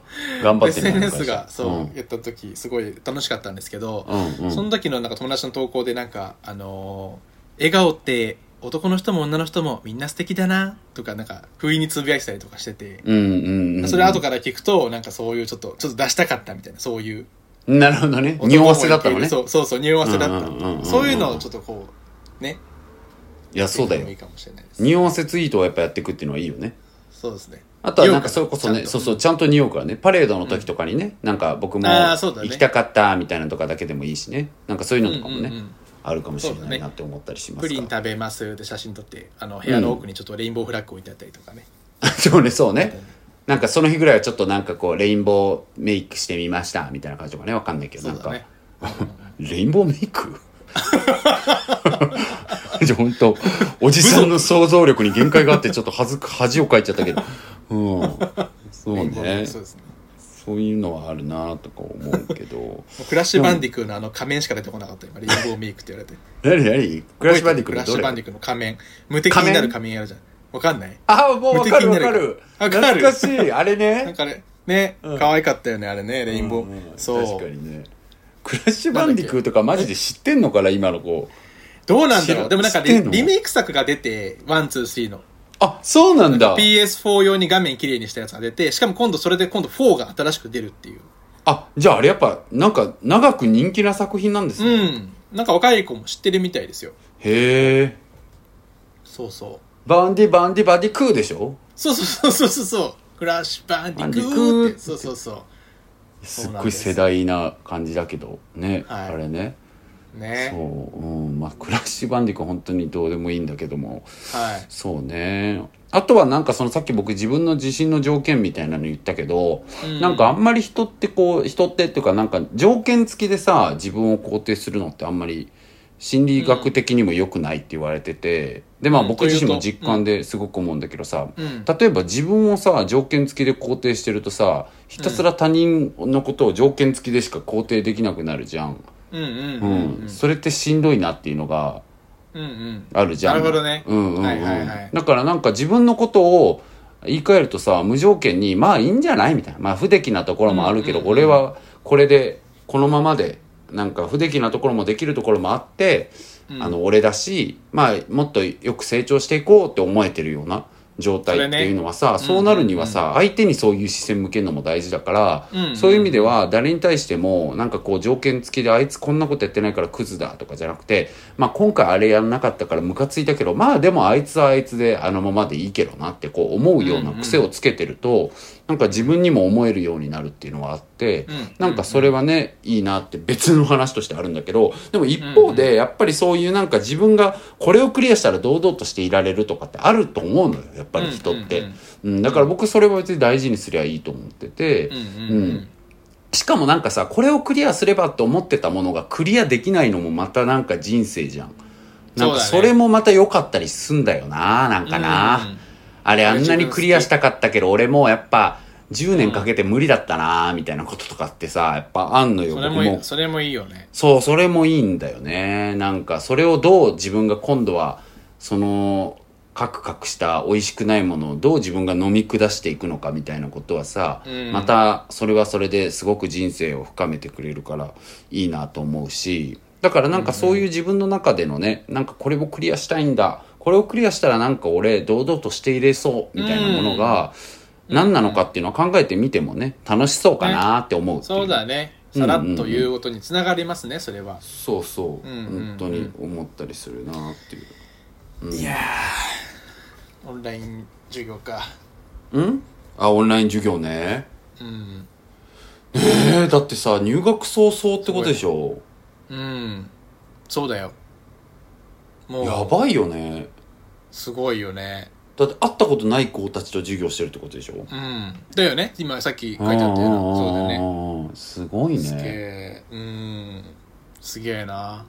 [SPEAKER 2] 頑張ってね
[SPEAKER 1] SNS が、そう、
[SPEAKER 2] うん
[SPEAKER 1] やった時、すごい楽しかったんですけど、
[SPEAKER 2] うんうん
[SPEAKER 1] その時のなんか友達の投稿でなんか、あのー笑顔って男の人も女の人もみんな素敵だなとかなんか不意につぶやいてたりとかしてて、
[SPEAKER 2] うんうんうん
[SPEAKER 1] それ後から聞くとなんかそういうちょっとちょっと出したかったみたいなそういう
[SPEAKER 2] なるほどね匂わせだったのね
[SPEAKER 1] そうそうそう匂わせだった、
[SPEAKER 2] うんうんうんうん
[SPEAKER 1] そういうのをちょっとこうね
[SPEAKER 2] いやそうだよ
[SPEAKER 1] いいかもしれないです
[SPEAKER 2] 匂わせツイートをやっぱやっていくっていうのはいいよね
[SPEAKER 1] そうですね
[SPEAKER 2] あとはなんかそれこそ
[SPEAKER 1] 匂うから
[SPEAKER 2] ね、
[SPEAKER 1] ちゃんと
[SPEAKER 2] そうそう、ちゃんと匂うからね、パレードの時とかにね、なんか僕も
[SPEAKER 1] あーそうだ
[SPEAKER 2] 行
[SPEAKER 1] ね
[SPEAKER 2] きたかったみたいなのとかだけでもいいしね、なんかそういうのとかも
[SPEAKER 1] うんうんう
[SPEAKER 2] ね、
[SPEAKER 1] ん
[SPEAKER 2] あるかもしれ
[SPEAKER 1] そう
[SPEAKER 2] な
[SPEAKER 1] だ
[SPEAKER 2] い
[SPEAKER 1] ね
[SPEAKER 2] なって思ったりしま
[SPEAKER 1] プ
[SPEAKER 2] す
[SPEAKER 1] リン
[SPEAKER 2] か。
[SPEAKER 1] 食べますで写真撮ってあの部屋の奥にちょっとレインボーフラッグ置いてあったりとかね、
[SPEAKER 2] そうね、そうね。なんかその日ぐらいはちょっとなんかこう、レインボーメイクしてみましたみたいな感じとかね、わかんないけど、
[SPEAKER 1] そ
[SPEAKER 2] なん
[SPEAKER 1] うだ
[SPEAKER 2] か、
[SPEAKER 1] ね
[SPEAKER 2] レインボーメイク じゃ本当おじさんの想像力に限界があってちょっと恥ずか恥をかいちゃったけどうんそう
[SPEAKER 1] レインボーフラッ
[SPEAKER 2] ね
[SPEAKER 1] グそうですね
[SPEAKER 2] そういうのはあるなとか思うけど
[SPEAKER 1] クラッシュバンディクーのあの仮面しか出てこなかった今レインボーメイクって言われて
[SPEAKER 2] 何何ク
[SPEAKER 1] ク
[SPEAKER 2] ラッシュバンディクー
[SPEAKER 1] ラ
[SPEAKER 2] の
[SPEAKER 1] ッシ
[SPEAKER 2] ど
[SPEAKER 1] ュバン
[SPEAKER 2] れ
[SPEAKER 1] ディクーの仮面無敵になる仮面やるじゃんわかんない
[SPEAKER 2] ああもうわかるわかる
[SPEAKER 1] 無敵になるからわか
[SPEAKER 2] 懐
[SPEAKER 1] る
[SPEAKER 2] かしいあれ
[SPEAKER 1] なん
[SPEAKER 2] ね
[SPEAKER 1] かあれね
[SPEAKER 2] うん
[SPEAKER 1] 可愛かったよねあれねレインボー、
[SPEAKER 2] うんうん
[SPEAKER 1] そう
[SPEAKER 2] 確かにねクラッシュバンディクーとかマジで知ってんのかな今の子
[SPEAKER 1] どうなん
[SPEAKER 2] 知
[SPEAKER 1] だ
[SPEAKER 2] ら
[SPEAKER 1] ろうでもなん
[SPEAKER 2] 知
[SPEAKER 1] か
[SPEAKER 2] っ
[SPEAKER 1] リ
[SPEAKER 2] てんの
[SPEAKER 1] リメイク作が出て、ワン、ツー、スリーの。
[SPEAKER 2] あそうなんだ
[SPEAKER 1] PS4 用に画面綺麗にしたやつが出て、しかも今度それで今度4が新しく出るっていう。
[SPEAKER 2] あじゃああれやっぱなんか長く人気な作品なんです
[SPEAKER 1] う
[SPEAKER 2] ね、
[SPEAKER 1] ん。なんか若い子も知ってるみたいですよ。
[SPEAKER 2] へえ
[SPEAKER 1] そうそう。
[SPEAKER 2] バンディバンディバンディクーでしょ
[SPEAKER 1] そうそうそうそうそう。クラッシュバンデ
[SPEAKER 2] バ
[SPEAKER 1] ィク
[SPEAKER 2] ンディク
[SPEAKER 1] ー
[SPEAKER 2] ー
[SPEAKER 1] っ。
[SPEAKER 2] ってて
[SPEAKER 1] そうそうそ
[SPEAKER 2] す
[SPEAKER 1] そ
[SPEAKER 2] っ
[SPEAKER 1] うな
[SPEAKER 2] ご
[SPEAKER 1] んで
[SPEAKER 2] い
[SPEAKER 1] す
[SPEAKER 2] 世代な感じだけどね、
[SPEAKER 1] はい
[SPEAKER 2] あれね
[SPEAKER 1] う。ね。
[SPEAKER 2] そう、うん、まあクラッシュバンディクー本当にどうでもいいんだけども
[SPEAKER 1] はい。
[SPEAKER 2] そうねあとはなんかそのさっき僕自分の自信の条件みたいなの言ったけど、
[SPEAKER 1] うん
[SPEAKER 2] なんかあんまり人ってこう人ってっていうかなんか条件付きでさ自分を肯定するのってあんまり心理学的にも良くないって言われてて、でまあ
[SPEAKER 1] うん
[SPEAKER 2] 僕自身も
[SPEAKER 1] というと
[SPEAKER 2] 実感ですごく思うんだけどさ、
[SPEAKER 1] うん。
[SPEAKER 2] 例えば自分をさ条件付きで肯定してるとさひたすら他人のことを条件付きでしか肯定できなくなるじゃん、
[SPEAKER 1] うんうん
[SPEAKER 2] う
[SPEAKER 1] うんんうん。
[SPEAKER 2] それってしんどいなっていうのが
[SPEAKER 1] うんうん。
[SPEAKER 2] あるじゃん
[SPEAKER 1] なるほどね
[SPEAKER 2] うんうんうん
[SPEAKER 1] はいはいはい
[SPEAKER 2] だからなんか自分のことを言い換えるとさ無条件にまあいいんじゃないみたいなまあ不出来なところもあるけど、
[SPEAKER 1] うんうんうん
[SPEAKER 2] 俺はこれでこのままでなんか不出来なところもできるところもあって、
[SPEAKER 1] うん
[SPEAKER 2] あの俺だしまあもっとよく成長していこうって思えてるような状態っていうのはさ
[SPEAKER 1] そ
[SPEAKER 2] そ,、
[SPEAKER 1] れね
[SPEAKER 2] うなるにはさ、相手にそういう視線向けるのも大事だから、
[SPEAKER 1] うんうん
[SPEAKER 2] そういう意味では誰に対してもなんかこう条件付きであいつこんなことやってないからクズだとかじゃなくて、まあ、今回あれやんなかったからムカついたけどまあでもあいつはあいつであのままでいいけどなってこう思うような癖をつけてると、なんか自分にも思えるようになるっていうのはあって。
[SPEAKER 1] うん
[SPEAKER 2] なんかそれはね、いいなって別の話としてあるんだけど、でも一方
[SPEAKER 1] うん
[SPEAKER 2] で、やっぱりそういうなんか自分がこれをクリアしたら堂々としていられるとかってあると思うのよ、やっぱり人って。
[SPEAKER 1] うん
[SPEAKER 2] うんだから僕それは別に大事にすりゃいいと思ってて、
[SPEAKER 1] うんうんうん。
[SPEAKER 2] しかもなんかさ、これをクリアすればと思ってたものがクリアできないのもまたなんか人生じゃん。なんか
[SPEAKER 1] そ
[SPEAKER 2] そ
[SPEAKER 1] うだね
[SPEAKER 2] れもまた良かったりすんだよな、なんかな。
[SPEAKER 1] うんうん
[SPEAKER 2] あれあんなにクリアしたかったけど、俺もやっぱ10年かけて無理だったなーみたいなこととかってさ、やっぱあんのよ、
[SPEAKER 1] それ
[SPEAKER 2] 僕
[SPEAKER 1] もい
[SPEAKER 2] も
[SPEAKER 1] い、。それもいいよね。
[SPEAKER 2] そう、それもいいんだよね。なんか、それをどう自分が今度は、その、カクカクした美味しくないものをどう自分が飲み下していくのかみたいなことはさ、
[SPEAKER 1] うん
[SPEAKER 2] またそれはそれですごく人生を深めてくれるからいいなと思うし、だからなんかそういう自分の中でのね、なんかこれをクリアしたいんだ、これをクリアしたらなんか俺堂々としていれそうみたいなものが、何なのかっていうのは考えてみてもね、楽しそうかなーって思うってい
[SPEAKER 1] そうだね。さらっと言うことにつながりますね、それは。
[SPEAKER 2] そうそう、
[SPEAKER 1] うんうんう
[SPEAKER 2] 本
[SPEAKER 1] ん
[SPEAKER 2] 当に思ったりするなっていう
[SPEAKER 1] いやーオンライン授業か。
[SPEAKER 2] うんあオンライン授業ね
[SPEAKER 1] うん。
[SPEAKER 2] えー、だってさ入学早々ってことでしょ
[SPEAKER 1] うん。そうだよ。
[SPEAKER 2] や
[SPEAKER 1] もう、
[SPEAKER 2] ばいよね
[SPEAKER 1] すごいよね。
[SPEAKER 2] だって会ったことない子たちと授業してるってことでしょ
[SPEAKER 1] うん。だよね。今さっき書いてあったよな。そうだよね。
[SPEAKER 2] ねすごい
[SPEAKER 1] すげ
[SPEAKER 2] ね
[SPEAKER 1] え。うん。すげえな。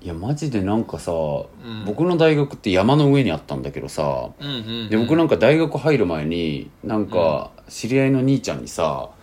[SPEAKER 2] いやマジでなんかさ、
[SPEAKER 1] ん
[SPEAKER 2] 僕の大学って山の上にあったんだけどさ
[SPEAKER 1] うんうん。
[SPEAKER 2] で僕
[SPEAKER 1] の、
[SPEAKER 2] なんか大学入る前になんか知り合いの兄ちゃんにさ、
[SPEAKER 1] うん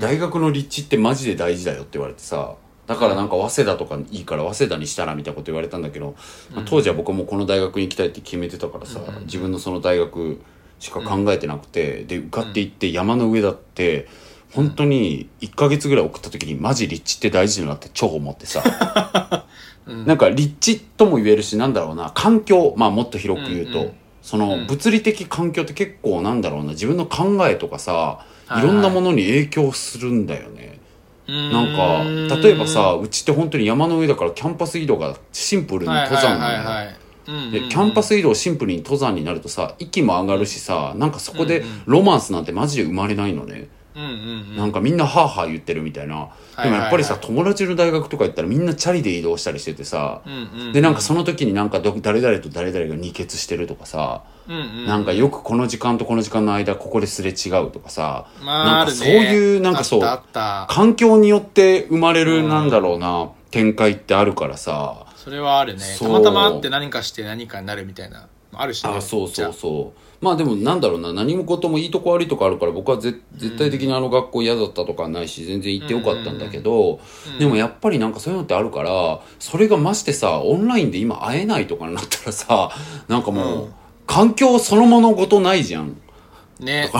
[SPEAKER 2] 大学の立地ってマジで大事だよって言われてさだからなんか早稲田とかいいから早稲田にしたらみたいなこと言われたんだけど、まあ当時は僕もこの大学に行きたいって決めてたからさ、
[SPEAKER 1] うん
[SPEAKER 2] 自分のその大学しか考えてなくて、で受かっていって山の上だって本当に1ヶ月ぐらい送った時にマジ立地って大事だなって超思ってさ。
[SPEAKER 1] うん
[SPEAKER 2] なんか立地とも言えるしなんだろうな環境まあもっと広く言うと、
[SPEAKER 1] うんうん
[SPEAKER 2] そうの
[SPEAKER 1] ん
[SPEAKER 2] 物理的環境って結構なんだろうな自分の考えとかさ
[SPEAKER 1] はい
[SPEAKER 2] いろんなものに影響するんだよね、なんか例えばさ、うちって本当に山の上だからキャンパス移動がシンプルに登山
[SPEAKER 1] はい
[SPEAKER 2] な
[SPEAKER 1] はい
[SPEAKER 2] のよ
[SPEAKER 1] はいはいうんうんうん
[SPEAKER 2] でキャンパス移動シンプルに登山になるとさ息も上がるしさなんかそこ
[SPEAKER 1] う
[SPEAKER 2] で
[SPEAKER 1] んうん
[SPEAKER 2] ロマンスなんてマジで生まれないのね、
[SPEAKER 1] うんうんう。
[SPEAKER 2] なんんかみんなハーハー言ってるみたいな、
[SPEAKER 1] い
[SPEAKER 2] でもやっぱりさ、
[SPEAKER 1] はい
[SPEAKER 2] 友達の大学とか行ったらみんなチャリで移動したりしててさ、
[SPEAKER 1] うんうんうん
[SPEAKER 2] でなんかその時になんかど誰々と誰々が二血してるとかさ、
[SPEAKER 1] うんうん
[SPEAKER 2] なんかよくこの時間とこの時間の間ここですれ違うとかさ、
[SPEAKER 1] まあ、
[SPEAKER 2] な
[SPEAKER 1] あ
[SPEAKER 2] んか
[SPEAKER 1] るね
[SPEAKER 2] そういうなんかそう
[SPEAKER 1] あったあった。
[SPEAKER 2] 環境によって生まれ
[SPEAKER 1] う
[SPEAKER 2] る
[SPEAKER 1] ん
[SPEAKER 2] なんだろうな展開ってあるからさ、
[SPEAKER 1] それはあるね。
[SPEAKER 2] そ
[SPEAKER 1] た
[SPEAKER 2] う
[SPEAKER 1] またま会って何かして何かになるみたいなもあるしね、
[SPEAKER 2] あそう
[SPEAKER 1] じ
[SPEAKER 2] そ
[SPEAKER 1] ゃあ
[SPEAKER 2] うそうまあでもなんだろうな何事もいいとこ悪いとこあるから僕はぜ絶対的にあの学校嫌だったとかないし全然行ってよかったんだけど、
[SPEAKER 1] うん
[SPEAKER 2] でもやっぱりなんかそういうのってあるからそれがましてさオンラインで今会えないとかになったらさなんかもう、
[SPEAKER 1] うん
[SPEAKER 2] 環境そのものごとないじゃん
[SPEAKER 1] ね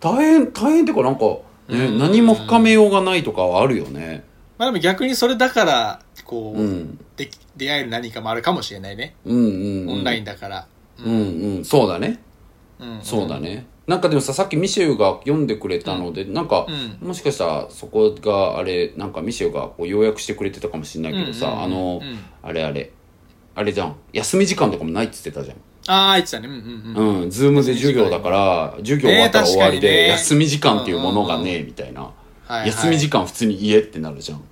[SPEAKER 2] 大変大変っていうかなんか、ね
[SPEAKER 1] うん
[SPEAKER 2] 何も深めようがないとかはあるよね
[SPEAKER 1] まあでも逆にそれだからこう、
[SPEAKER 2] うん
[SPEAKER 1] でき出会える何かもあるかもしれないね
[SPEAKER 2] うんうん、うん、
[SPEAKER 1] オンラインだから、
[SPEAKER 2] うんうんそうだね
[SPEAKER 1] うん
[SPEAKER 2] そうだね。なんかでもさ、さっきミシェウが読んでくれたので、なんか、
[SPEAKER 1] う
[SPEAKER 2] もしかしたらそこがあれ、なんかミシェウがこう要約してくれてたかもしれないけどさ、
[SPEAKER 1] うんうんうん
[SPEAKER 2] あの、
[SPEAKER 1] うん
[SPEAKER 2] あれあれ、あれじゃん。休み時間とかもないって言ってたじゃん。
[SPEAKER 1] ああ言ってたねうんうんうん
[SPEAKER 2] うん、ズームで授業だから、授業終わったら終わりで、
[SPEAKER 1] ね確かにね
[SPEAKER 2] 休み時間っていうものがね、みたいな。休み時
[SPEAKER 1] 間、
[SPEAKER 2] 間普通に家ってなるじゃん。
[SPEAKER 1] うん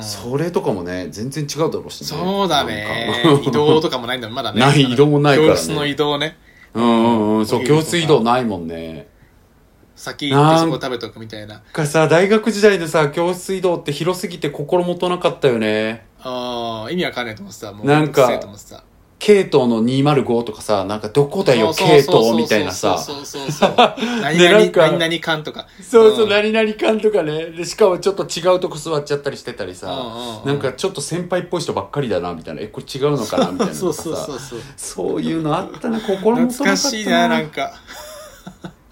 [SPEAKER 2] それとかもね、全然違うだろうしね。
[SPEAKER 1] そうだね
[SPEAKER 2] なんか
[SPEAKER 1] 移動とかもないんだもんまだ ね
[SPEAKER 2] ない移動もないからね
[SPEAKER 1] 教室の移動ね
[SPEAKER 2] うんうんうん、そう、
[SPEAKER 1] お昼
[SPEAKER 2] 教
[SPEAKER 1] とか
[SPEAKER 2] 室移動ないもんね。
[SPEAKER 1] 先行ってそこ食べとくみたいな
[SPEAKER 2] かさ大学時代でさ教室移動って広すぎて心もとなかったよね
[SPEAKER 1] あー意味わかんないと思ってたもう
[SPEAKER 2] なんか
[SPEAKER 1] うっせえと思ってた
[SPEAKER 2] 系統の205とかさなんかどこだよ
[SPEAKER 1] そう
[SPEAKER 2] 系
[SPEAKER 1] そうそう
[SPEAKER 2] 統みたいなさ
[SPEAKER 1] そうそうそうそう 何
[SPEAKER 2] でなん
[SPEAKER 1] 々
[SPEAKER 2] か
[SPEAKER 1] 何々感とか
[SPEAKER 2] そうそう、
[SPEAKER 1] ん
[SPEAKER 2] 何々かんとかねでしかもちょっと違うとこ座っちゃったりしてたりさ、
[SPEAKER 1] うんうんうん
[SPEAKER 2] なんかちょっと先輩っぽい人ばっかりだなみたいなえこれ違うのかなみたいな
[SPEAKER 1] そ
[SPEAKER 2] と
[SPEAKER 1] う
[SPEAKER 2] かさ
[SPEAKER 1] そうそうそう
[SPEAKER 2] そういうのあったな心もとなか
[SPEAKER 1] 懐か
[SPEAKER 2] った
[SPEAKER 1] しいななんか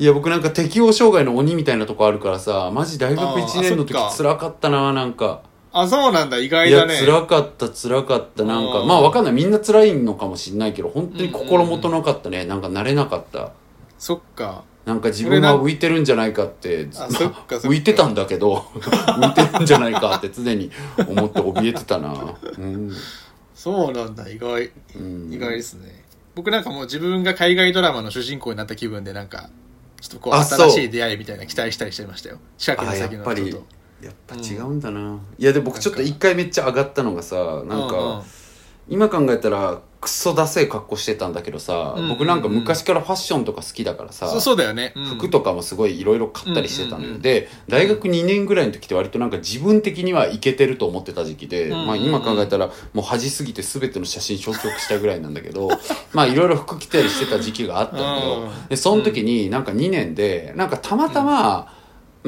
[SPEAKER 2] いや僕なんか適応障害の鬼みたいなとこあるからさマジ大学
[SPEAKER 1] あー
[SPEAKER 2] 1年の時
[SPEAKER 1] あそっか
[SPEAKER 2] 辛かったななんか
[SPEAKER 1] あそうなんだ意外
[SPEAKER 2] いや
[SPEAKER 1] だね
[SPEAKER 2] 辛かった辛かったなんか
[SPEAKER 1] うん
[SPEAKER 2] まあわかんないみんな辛いのかもしんないけど本当に心もとなかったね、なんか慣れなかった
[SPEAKER 1] そっか
[SPEAKER 2] なんか自分は浮いてるんじゃないかって
[SPEAKER 1] そっかそっか
[SPEAKER 2] 浮いてたんだけど 浮いてるんじゃないかって常に思って怯えてたなうん、
[SPEAKER 1] そうなんだ意外
[SPEAKER 2] うん、
[SPEAKER 1] 意外ですね僕なんかもう自分が海外ドラマの主人公になった気分でなんかちょっとこう
[SPEAKER 2] あそう
[SPEAKER 1] 新しい出会いみたいな期待したりしてましたよ近くの先の
[SPEAKER 2] あやっぱり
[SPEAKER 1] 人と
[SPEAKER 2] やっぱ違うんだな、いやで僕ちょっと一回めっちゃ上がったのがさなんか、
[SPEAKER 1] うう
[SPEAKER 2] 今考えたらクソダセえ格好してたんだけどさ、
[SPEAKER 1] うんうんうん
[SPEAKER 2] 僕なんか昔からファッションとか好きだからさ
[SPEAKER 1] そうそうだよね、うん
[SPEAKER 2] 服とかもすごいいろいろ買ったりしてたのよ、
[SPEAKER 1] うんうんうん
[SPEAKER 2] で大学2年ぐらいの時って割となんか自分的にはいけてると思ってた時期で、
[SPEAKER 1] んうん
[SPEAKER 2] まあ、今考えたらもう恥すぎて全ての写真消極したぐらいなんだけ どまあいろいろ服着たりしてた時期があったんだけど、
[SPEAKER 1] うん
[SPEAKER 2] でその時になんか2年でなんかたまたま、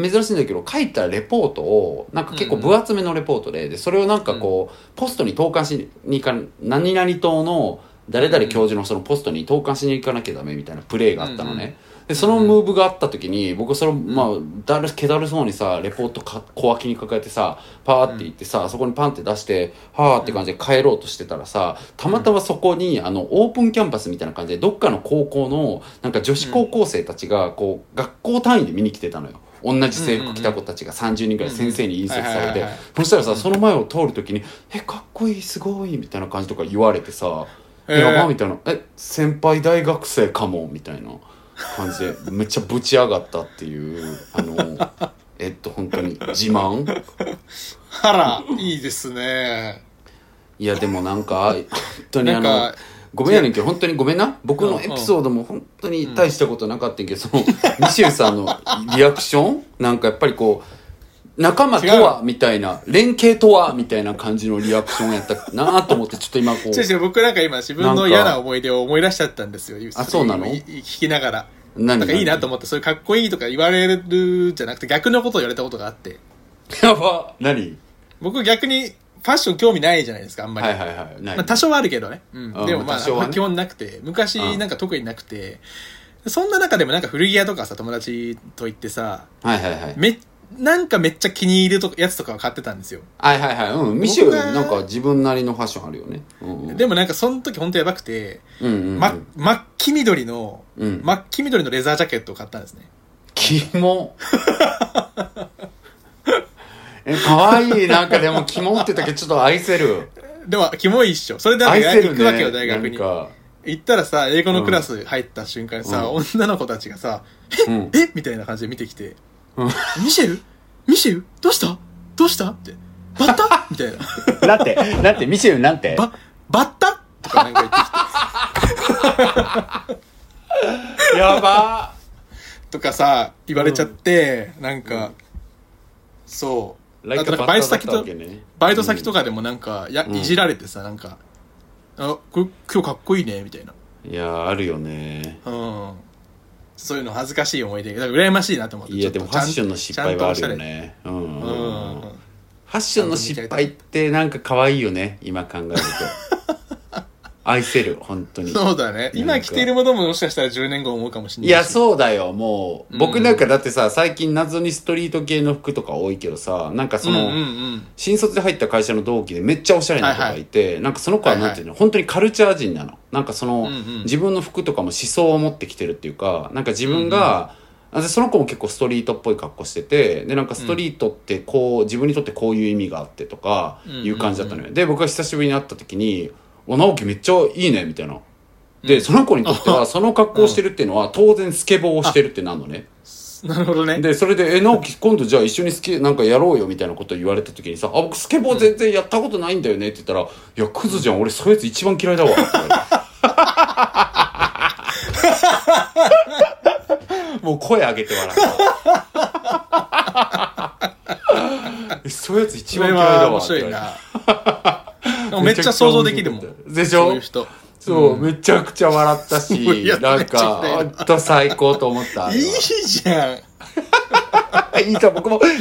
[SPEAKER 2] 珍しいんだけど書いたレポートをなんか結構分厚めのレポートででそれをなんかこう、ポストに投函しに行か何々党の誰々教授のそのポストに投函しに行かなきゃダメみたいなプレーがあったのね、
[SPEAKER 1] うんうん
[SPEAKER 2] でそのムーブがあった時に僕そのまあだるけだるそうにさレポートか小脇に抱えてさパーって行ってさ、そこにパンって出してはーって感じで帰ろうとしてたらさたまたまそこにあのオープンキャンパスみたいな感じでどっかの高校のなんか女子高校生たちがこう学校単位で見に来てたのよ同じ制服着た子たちが30人ぐらい先生に引率
[SPEAKER 1] うんうん
[SPEAKER 2] され
[SPEAKER 1] はいはい
[SPEAKER 2] て
[SPEAKER 1] はいはい
[SPEAKER 2] そしたらさその前を通る時に「えかっこいいすごい」みたいな感じとか言われてさ
[SPEAKER 1] えー
[SPEAKER 2] やばみたいな「え先輩大学生かも」みたいな感じでめっちゃぶち上がったっていうあのえっと本当に自慢
[SPEAKER 1] あらいいですね
[SPEAKER 2] いやでもなん か本当に
[SPEAKER 1] な
[SPEAKER 2] あ
[SPEAKER 1] ん
[SPEAKER 2] の
[SPEAKER 1] か
[SPEAKER 2] ごめんやねんけど本当にごめんな僕のエピソードも本当に大したことなかったんやけどそのミシェルさんのリアクションなんかやっぱりこう仲間とはみたいな連携とはみたいな感じのリアクションやったなと思ってちょっと今こう
[SPEAKER 1] 違う違う僕なんか今自分の嫌な思い出を思い出しちゃったんですよ
[SPEAKER 2] あそうなの
[SPEAKER 1] い聞きながら
[SPEAKER 2] 何
[SPEAKER 1] なんかいいなと思ってそれかっこいいとか言われるじゃなくて逆のことを言われたことがあって
[SPEAKER 2] やば何
[SPEAKER 1] 僕逆にファッション興味ないじゃないですかあんまり、
[SPEAKER 2] はいはいはいない
[SPEAKER 1] まあ、多少はあるけどね、うん
[SPEAKER 2] うん
[SPEAKER 1] でもまあ、
[SPEAKER 2] 多少はね
[SPEAKER 1] 基本なくて昔
[SPEAKER 2] うん
[SPEAKER 1] なんか特になくて、そんな中でもなんか古着屋とかさ友達と行ってさ
[SPEAKER 2] はいはいはい
[SPEAKER 1] めなんかめっちゃ気に入るとやつとかを買ってたんですよ
[SPEAKER 2] はいはいはい。うん。ミシェル、
[SPEAKER 1] 僕が
[SPEAKER 2] なんか自分なりのファッションあるよね。うんうん。
[SPEAKER 1] でもなんかその時本当やばくて、
[SPEAKER 2] うんうんうん、
[SPEAKER 1] ま、真っ黄緑の、
[SPEAKER 2] うん
[SPEAKER 1] 真っ黄緑のレザージャケットを買ったんですね
[SPEAKER 2] キモ。え、可愛いなんかでも、キモってだけちょっと愛せる。
[SPEAKER 1] でもキモいっしょそれでなん
[SPEAKER 2] 愛
[SPEAKER 1] か
[SPEAKER 2] せる
[SPEAKER 1] 行
[SPEAKER 2] ね。
[SPEAKER 1] くわけよ大学
[SPEAKER 2] な
[SPEAKER 1] に
[SPEAKER 2] んか、
[SPEAKER 1] 行ったらさ英語のクラス入った瞬間にさ、
[SPEAKER 2] う
[SPEAKER 1] 女の子たちがさ
[SPEAKER 2] うん
[SPEAKER 1] 「えみたいな感じで見てきて
[SPEAKER 2] うん
[SPEAKER 1] 「ミシェルミシェルどうしたどうした?」って「バッ タ? 」みたい
[SPEAKER 2] な
[SPEAKER 1] な
[SPEAKER 2] んて、なんて、ミシェルなんて
[SPEAKER 1] 「ババッタ?」とかなんか言って き
[SPEAKER 2] やば
[SPEAKER 1] てとかさ言われちゃって、なんか、そう
[SPEAKER 2] ライ
[SPEAKER 1] あ
[SPEAKER 2] カ
[SPEAKER 1] となんか
[SPEAKER 2] バ
[SPEAKER 1] バイ
[SPEAKER 2] イ
[SPEAKER 1] ト
[SPEAKER 2] ト先
[SPEAKER 1] 先と
[SPEAKER 2] と、ね、
[SPEAKER 1] バイト先とかでもなんか、や
[SPEAKER 2] うん
[SPEAKER 1] いじられてさなんか「あこれ今日かっこいいね」みたいな「
[SPEAKER 2] いやーあるよね
[SPEAKER 1] うんそういうの恥ずかしい思い出だから羨ましいなと思って
[SPEAKER 2] い
[SPEAKER 1] ち
[SPEAKER 2] や
[SPEAKER 1] ょっ
[SPEAKER 2] で
[SPEAKER 1] と
[SPEAKER 2] もファッションの失敗はあるよねうん
[SPEAKER 1] ちゃん
[SPEAKER 2] うんう
[SPEAKER 1] とおしゃれ
[SPEAKER 2] ん
[SPEAKER 1] う
[SPEAKER 2] フ
[SPEAKER 1] ん
[SPEAKER 2] ァッションの失敗ってなんか可愛いよね今考え ると愛せる本当に
[SPEAKER 1] そうだね今
[SPEAKER 2] なんか
[SPEAKER 1] 着ているものももしかしたら10年後思うかもしれない
[SPEAKER 2] いや
[SPEAKER 1] し
[SPEAKER 2] そうだよもう
[SPEAKER 1] う
[SPEAKER 2] 僕
[SPEAKER 1] ん
[SPEAKER 2] なんかだってさ最近謎にストリート系の服とか多いけどさなんかその、
[SPEAKER 1] うんうん
[SPEAKER 2] 新卒で入った会社の同期でめっちゃおしゃれな子がいて、なんかその子はなんていうの、本当にカルチャー人なのなんかその、
[SPEAKER 1] うんうん
[SPEAKER 2] 自分の服とかも思想を持ってきてるっていうかなんか自分が、あでその子も結構ストリートっぽい格好しててでなんかストリートってこう、自分にとってこういう意味があってとか
[SPEAKER 1] うんうんうん
[SPEAKER 2] いう感じだったのよ、で僕が久しぶりに会った時に「お直樹めっちゃいいね」みたいな。で、その子にとっては、その格好をしてるっていうのは、当然スケボーをしてるってなるのね。
[SPEAKER 1] うんなるほどね
[SPEAKER 2] でそれで「え直樹今度じゃあ一緒にスケなんかやろうよ」みたいなことを言われた時にさ「あ僕スケボー全然やったことないんだよね」って言ったら「いやクズじゃん俺そういうやつ一番嫌いだ わ」って言われてもう声上げて笑ったそういうやつ一
[SPEAKER 1] そ
[SPEAKER 2] 番
[SPEAKER 1] れ
[SPEAKER 2] 嫌いだわ
[SPEAKER 1] は
[SPEAKER 2] っ
[SPEAKER 1] 面
[SPEAKER 2] て言わ
[SPEAKER 1] 白い
[SPEAKER 2] れ
[SPEAKER 1] なでもめっちゃ想像できる もん
[SPEAKER 2] でしょ
[SPEAKER 1] そういう人
[SPEAKER 2] てそう、めちゃくちゃ笑ったし
[SPEAKER 1] そういうやつ
[SPEAKER 2] なん
[SPEAKER 1] めっちゃ嫌
[SPEAKER 2] か
[SPEAKER 1] いだ
[SPEAKER 2] ほんと最高と思ったあれ
[SPEAKER 1] い
[SPEAKER 2] はい
[SPEAKER 1] じゃん
[SPEAKER 2] あ いいじゃん、僕も、いい